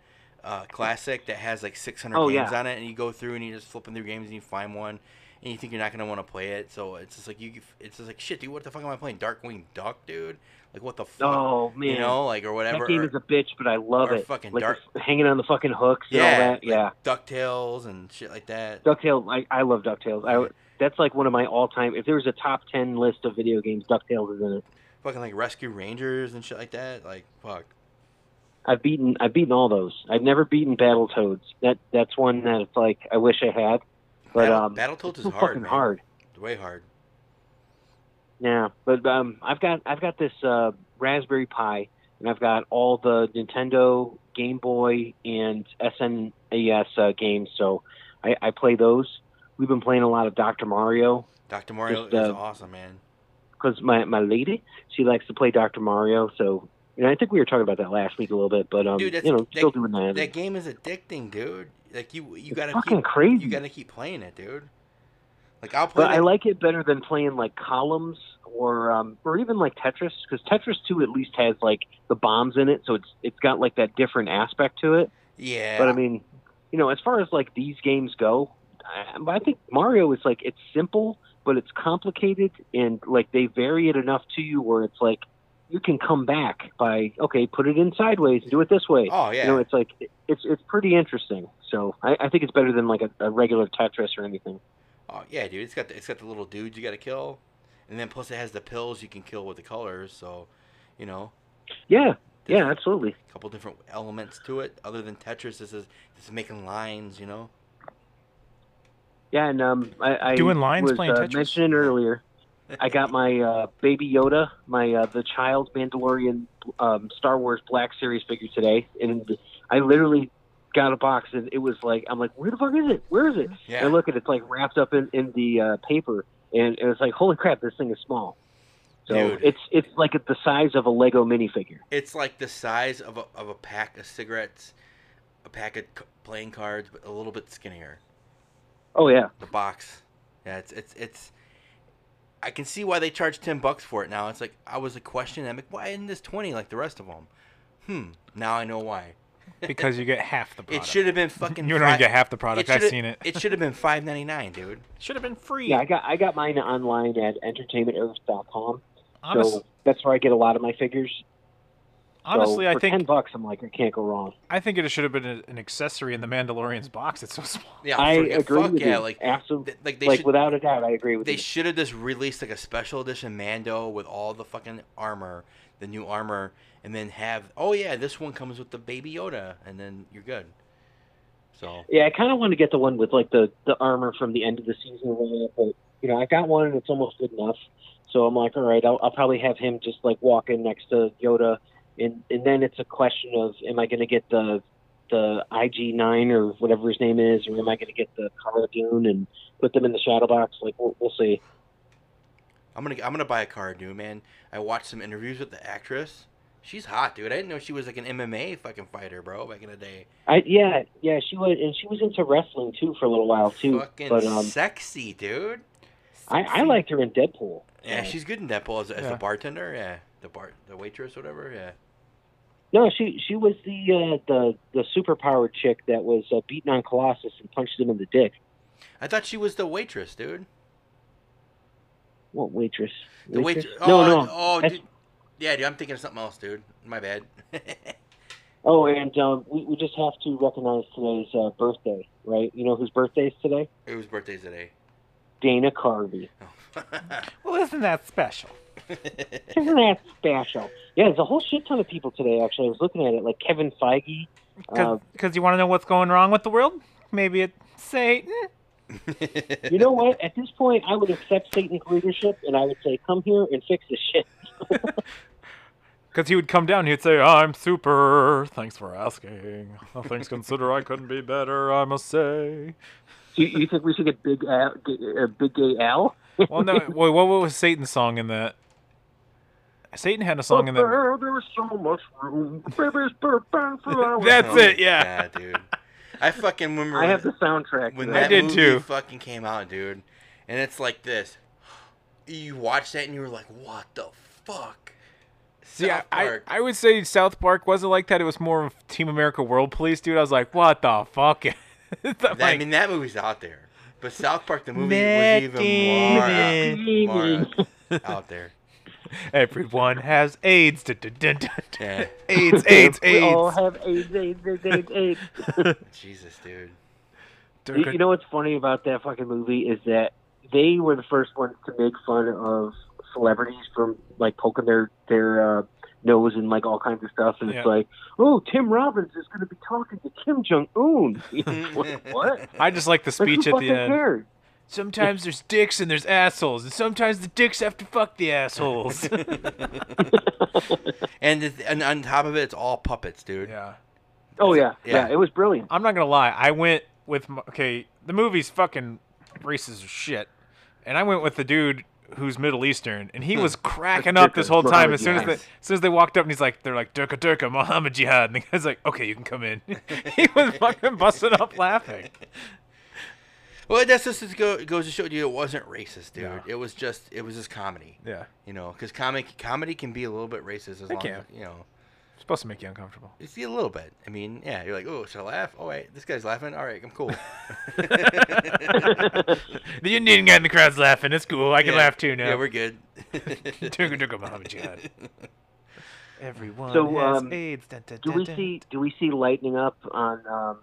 uh, classic that has like 600 Oh, games yeah. on it, and you go through and you're just flipping through games and you find one, and you think you're not gonna want to play it. So it's just like you. It's just like shit, dude. What the fuck am I playing? Darkwing Duck, dude. Like what the fuck? Oh man. You know, like or whatever. That game or- is a bitch, but I love or it. fucking like dart- the f- hanging on the fucking hooks and all that. like Yeah, Ducktales and shit like that. Ducktales. I, I love Ducktales. I that's like one of my all time. If there was a top ten list of video games, Ducktales is in it. Fucking like Rescue Rangers and shit like that. Like fuck. I've beaten I've beaten all those. I've never beaten Battletoads. That that's one that it's like I wish I had. But Battle, um, Battletoads it's is so hard. fucking man. hard. Way hard. Yeah, but um, I've got I've got this uh, Raspberry Pi, and I've got all the Nintendo, Game Boy, and SNES uh, games. So I, I play those. We've been playing a lot of Doctor Mario Doctor Mario Just, is uh, awesome, man. because my my lady she likes to play Doctor Mario. So you know I think we were talking about that last week a little bit, but um, Dude, that's- you know that- still doing that. That game is addicting, dude. Like you, you It's gotta fucking keep, crazy. You gotta keep playing it, dude. Like I'll play. but I that- like it better than playing like columns or um, or even like Tetris because Tetris Two at least has like the bombs in it, so it's it's got like that different aspect to it. yeah. But I mean, you know, as far as like these games go, I, I think Mario is like it's simple, but it's complicated, and like they vary it enough to you where it's like you can come back by okay, put it in sideways and do it this way. oh yeah. You know, it's like it- it's it's pretty interesting. So I, I think it's better than like a, a regular Tetris or anything. oh yeah, dude. It's got the, it's got the little dudes you gotta kill, and then plus it has the pills you can kill with the colors. So, you know, Yeah, yeah, absolutely. a couple different elements to it other than Tetris. This is this is making lines, you know. Yeah, and um, I, I Doing lines was playing uh, Tetris? mentioning earlier. I got my uh, Baby Yoda, my uh, the Child Mandalorian um, Star Wars Black Series figure today, and I literally got a box and it was like I'm like, where the fuck is it? Where is it? Yeah. And I look at it, it's like wrapped up in in the uh, paper, and it was like, holy crap, this thing is small. So Dude. it's it's like at the size of a Lego minifigure. It's like the size of a, of a pack of cigarettes, a pack of c- playing cards, but a little bit skinnier. Oh yeah, The box. Yeah, it's it's it's. I can see why they charge ten bucks for it now. It's like I was a question. I'm like, why isn't this twenty like the rest of them? Hmm. Now I know why. Because you get half the It product. should have been fucking. You're gonna fi- get half the product. I've shoulda- seen it. It should have been five ninety nine, dude. should have been free. yeah. I got I got mine online at entertainmentearth.com. Honest- So that's where I get a lot of my figures. Honestly, so I for think ten bucks, I'm like, I can't go wrong. I think it should have been a- an accessory in the Mandalorian's box. It's so small. Yeah, I freaking agree fuck with yeah, you. Like, Absolutely. th- like they like should, without a doubt, I agree with they you. should have just released like a special edition Mando with all the fucking armor, the new armor, and then have oh yeah, this one comes with the baby Yoda, and then you're good. So yeah, I kind of want to get the one with like the the armor from the end of the season, or whatever, but you know, I got one and it's almost good enough. So I'm like, all right, I'll, I'll probably have him just like walk in next to Yoda, and and then it's a question of, am I going to get the the IG9 or whatever his name is, or am I going to get the Cara Dune and put them in the shadow box? Like we'll, we'll see. I'm gonna I'm gonna buy a car, dude, man. I watched some interviews with the actress. She's hot, dude. I didn't know she was like an MMA fucking fighter, bro. Back in the day, I yeah yeah she was and she was into wrestling too for a little while too. fucking But um, sexy, dude. I, I liked her in Deadpool. Yeah, Uh, she's good in Deadpool as, as Yeah. the bartender. Yeah, the bar, the waitress, whatever. Yeah. No, she she was the uh, the the superpowered chick that was uh, beaten on Colossus and punched him in the dick. I thought she was the waitress, dude. What waitress? The waitress. No, oh, no. Oh, That's- dude. Yeah, dude. I'm thinking of something else, dude. My bad. Oh, and um, we we just have to recognize today's uh, birthday, right? You know whose birthday is today? it was birthdays today. Dana Carvey. Oh. Well, isn't that special? Isn't that special? Yeah, there's a whole shit ton of people today. Actually, I was looking at it, like Kevin Feige. Uh, Because you want to know what's going wrong with the world? Maybe it's Satan. you know what? At this point, I would accept Satan's leadership, and I would say, "Come here and fix this shit." Because he would come down, he'd say, I'm super. Thanks for asking. All things considered, I couldn't be better, I must say. You, you think we should get big, Al, uh, big gay Al? Well, no, wait, what was Satan's song in that? Satan had a song in that. there was so much room. Baby's That's it, yeah. yeah, Oh dude. I fucking remember. I when- have the soundtrack. when to that I did movie too. fucking came out, dude. And it's like this. You watched that and you were like, what the fuck? See, I, South I, Park. I would say South Park wasn't like that. It was more of Team America World Police, dude. I was like, what the fuck? It's That- I like- mean, that movie's out there. But South Park, the movie, Matt was even more, Damon. out- more out there. Everyone has AIDS. Dun, dun, dun, dun, dun. Yeah. AIDS, AIDS, We all AIDS. have AIDS, AIDS, AIDS, AIDS, AIDS. Jesus, dude. Dun, you, you dun. know what's funny about that fucking movie is that they were the first ones to make fun of celebrities from like poking their their uh, nose and like all kinds of stuff, and it's Yeah. like, oh, Tim Robbins is going to be talking to Kim Jong Un. what? Like, I just like the who speech at fucking the end. cares? Sometimes there's dicks and there's assholes, and sometimes the dicks have to fuck the assholes. And, it's- and on top of it, it's all puppets, dude. yeah. Oh yeah, Yeah. yeah, it was brilliant. I'm not gonna lie. I went with m okay. The movie's fucking racist as shit, and I went with the dude who's Middle Eastern, and he was cracking up this Durka, whole time. Muhammad As soon as they, Jihad. as soon as they walked up, and he's like, they're like Durka Durka Muhammad Jihad, and the guy's like, okay, you can come in. he was fucking busting up laughing. Well, that's just it go, goes to show you it wasn't racist, dude. No. It was just it was just comedy, Yeah, you know, because comic comedy can be a little bit racist as long can. as you know. it's supposed to make you uncomfortable. It's a little bit. I mean, yeah, you're like, oh, should I laugh? Oh, wait, this guy's laughing. All right, I'm cool. The Indian guy in the crowd's laughing. It's cool. I can Yeah, laugh too now. Yeah, we're good. Durka Durka Muhammad Jihad. Everyone So, has um, AIDS. Dun, dun, Do dun, we dun. see do we see lightning up on um,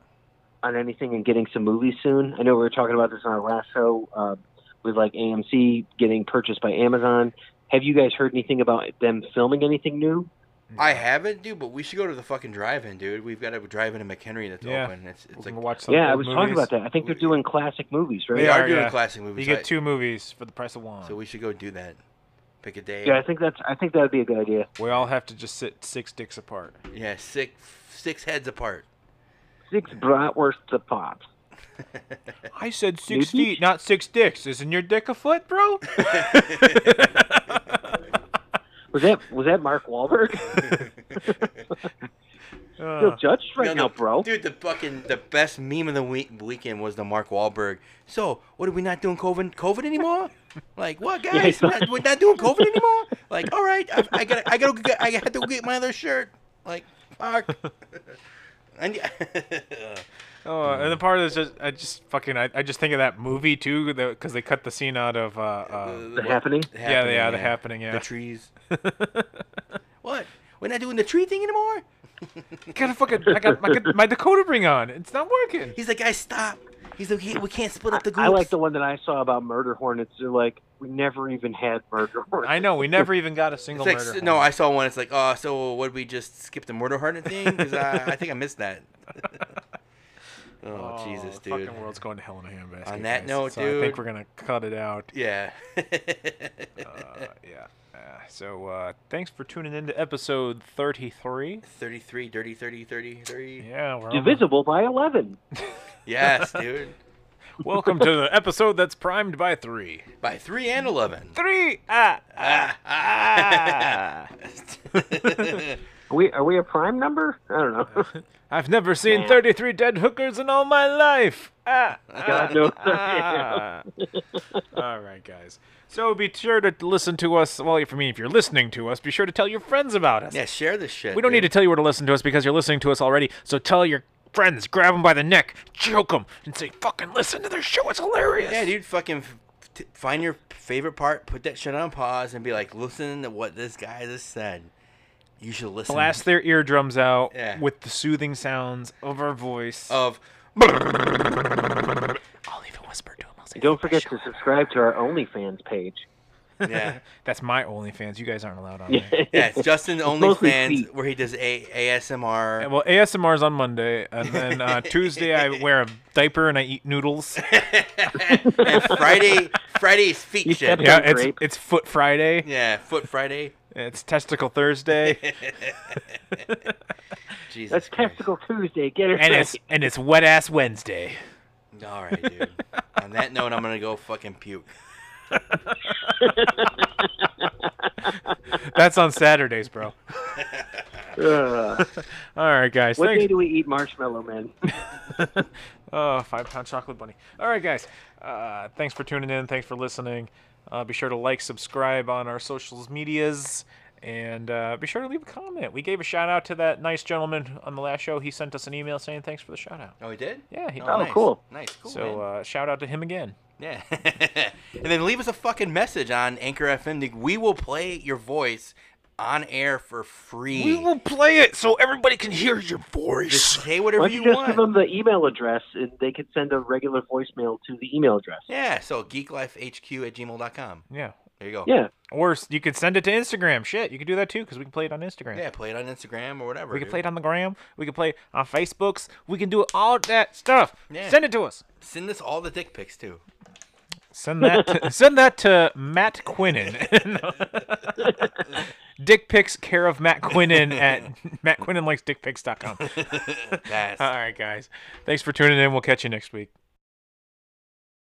on anything and getting some movies soon? I know we were talking about this on our last show uh, with like AMC getting purchased by Amazon. Have you guys heard anything about them filming anything new? I haven't, dude, but we should go to the fucking drive-in, dude. We've got a drive-in in McHenry that's Yeah. open. It's We it's can like watch some Yeah, I old was movies. talking about that. I think they're doing classic movies, right? they Yeah. are doing yeah. classic movies. You get I- two movies for the price of one. so we should go do that. Pick a day. Yeah, I think that's I think that would be a good idea. We all have to just sit six dicks apart. Yeah, six six heads apart. Six bratwursts a pop. I said Maybe? six feet, not six dicks. Isn't your dick a foot, bro? Was that was that Mark Wahlberg? Uh, Still judged right No, now, no, bro. Dude, the fucking the best meme of the week, weekend was the Mark Wahlberg. So, what are we not doing COVID COVID anymore? Like, what I guys? saw We're not- we're not doing COVID anymore? Like, all right, I, I got I got to I had to go get my other shirt. Like, fuck. And yeah, Oh, and the part is just I just fucking I, I just think of that movie too because they cut the scene out of uh, uh The happening. yeah, the happening, yeah. the trees. what? We're not doing the tree thing anymore. I got a fucking. I got my, my Dakota ring on. It's not working. He's like, guys, stop. He's like, "Hey, we can't split up the groups. I like the one that I saw about murder hornets. They're like, we never even had murder hornets. I know. We never even got a It's single like, murder. no, hornet. I saw one. It's like, oh, so would we just skip the murder hornet thing? Because I, I think I missed that. oh, Oh, Jesus, the dude. Fucking world's going to hell in a handbasket. On that guys. note, so I think dude. we're gonna cut it out. Yeah. Uh, yeah. Uh, so uh, thanks for tuning in to episode 33. 33, dirty, 30, 33. Yeah, we're on the- Divisible by eleven. Yes, dude. welcome to the episode that's primed by three. By 3 and 11. Three. Ah. Ah, ah. Are we are we a prime number? I don't know. I've never seen 33 dead hookers in all my life. Ah. God knows. Ah. All right, guys. So be sure to listen to us. Well, if- I mean, if you're listening to us, be sure to tell your friends about us. yeah, share this shit. We don't need dude. to tell you where to listen to us because you're listening to us already. So tell your friends, grab them by the neck, choke them, and say, "Fucking listen to their show. It's hilarious." Yeah, dude, fucking f- t- find your favorite part, put that shit on pause, and be like, listen to what this guy just said. You should listen Blast their eardrums out Yeah. Oh. with the soothing sounds of our voice. of. I'll even whisper to them. I'll say, Don't forget to subscribe to our OnlyFans page. Yeah. That's my OnlyFans. You guys aren't allowed on there. Yeah, it's Justin's mostly OnlyFans feet. where he does a- ASMR. Yeah, Well, ASMR is on Monday, and then uh, Tuesday I wear a diaper and I eat noodles. and Friday, Friday's feet shit. said- Yeah, Grape. it's it's Foot Friday. Yeah, Foot Friday. It's Testicle Thursday, Jesus. That's Christ. Testicle Tuesday. Get it and right. it's and it's Wet Ass Wednesday. All right, dude. On that note, I'm gonna go fucking puke. That's on Saturdays, bro. Ugh. All right, guys. what thanks. day do we eat Marshmallow Man? Oh, five pound chocolate bunny. All right, guys. Uh, thanks for tuning in. Thanks for listening. Uh, be sure to like, subscribe on our socials medias, and uh, be sure to leave a comment. We gave a shout out to that nice gentleman on the last show. He sent us an email saying thanks for the shout out. Oh, he did? Yeah, he Oh, did. nice. cool. Nice, cool. man. so uh, shout out to him again. Yeah. and then leave us a fucking message on Anchor FM. Nick. We will play your voice on air for free. play it so everybody can hear your voice. Just say Why whatever don't you you just give want. them the email address and they could send a regular voicemail to the email address? Yeah, so geeklifehq at gmail.com. Yeah. There you go. Yeah. Or s- you could send it to Instagram. Shit, you could do that too because we can play it on Instagram. Yeah, play it on Instagram or whatever. We can dude. play it on the gram. We can play it on Facebooks. We can do all that stuff. Yeah. Send it to us. Send us all the dick pics, too. Send that. To, send that to Matt Quinnen. dick pics care of Matt Quinnen at mattquinnenlikesdickpics.com. That's Uh, All right, guys. Thanks for tuning in. We'll catch you next week.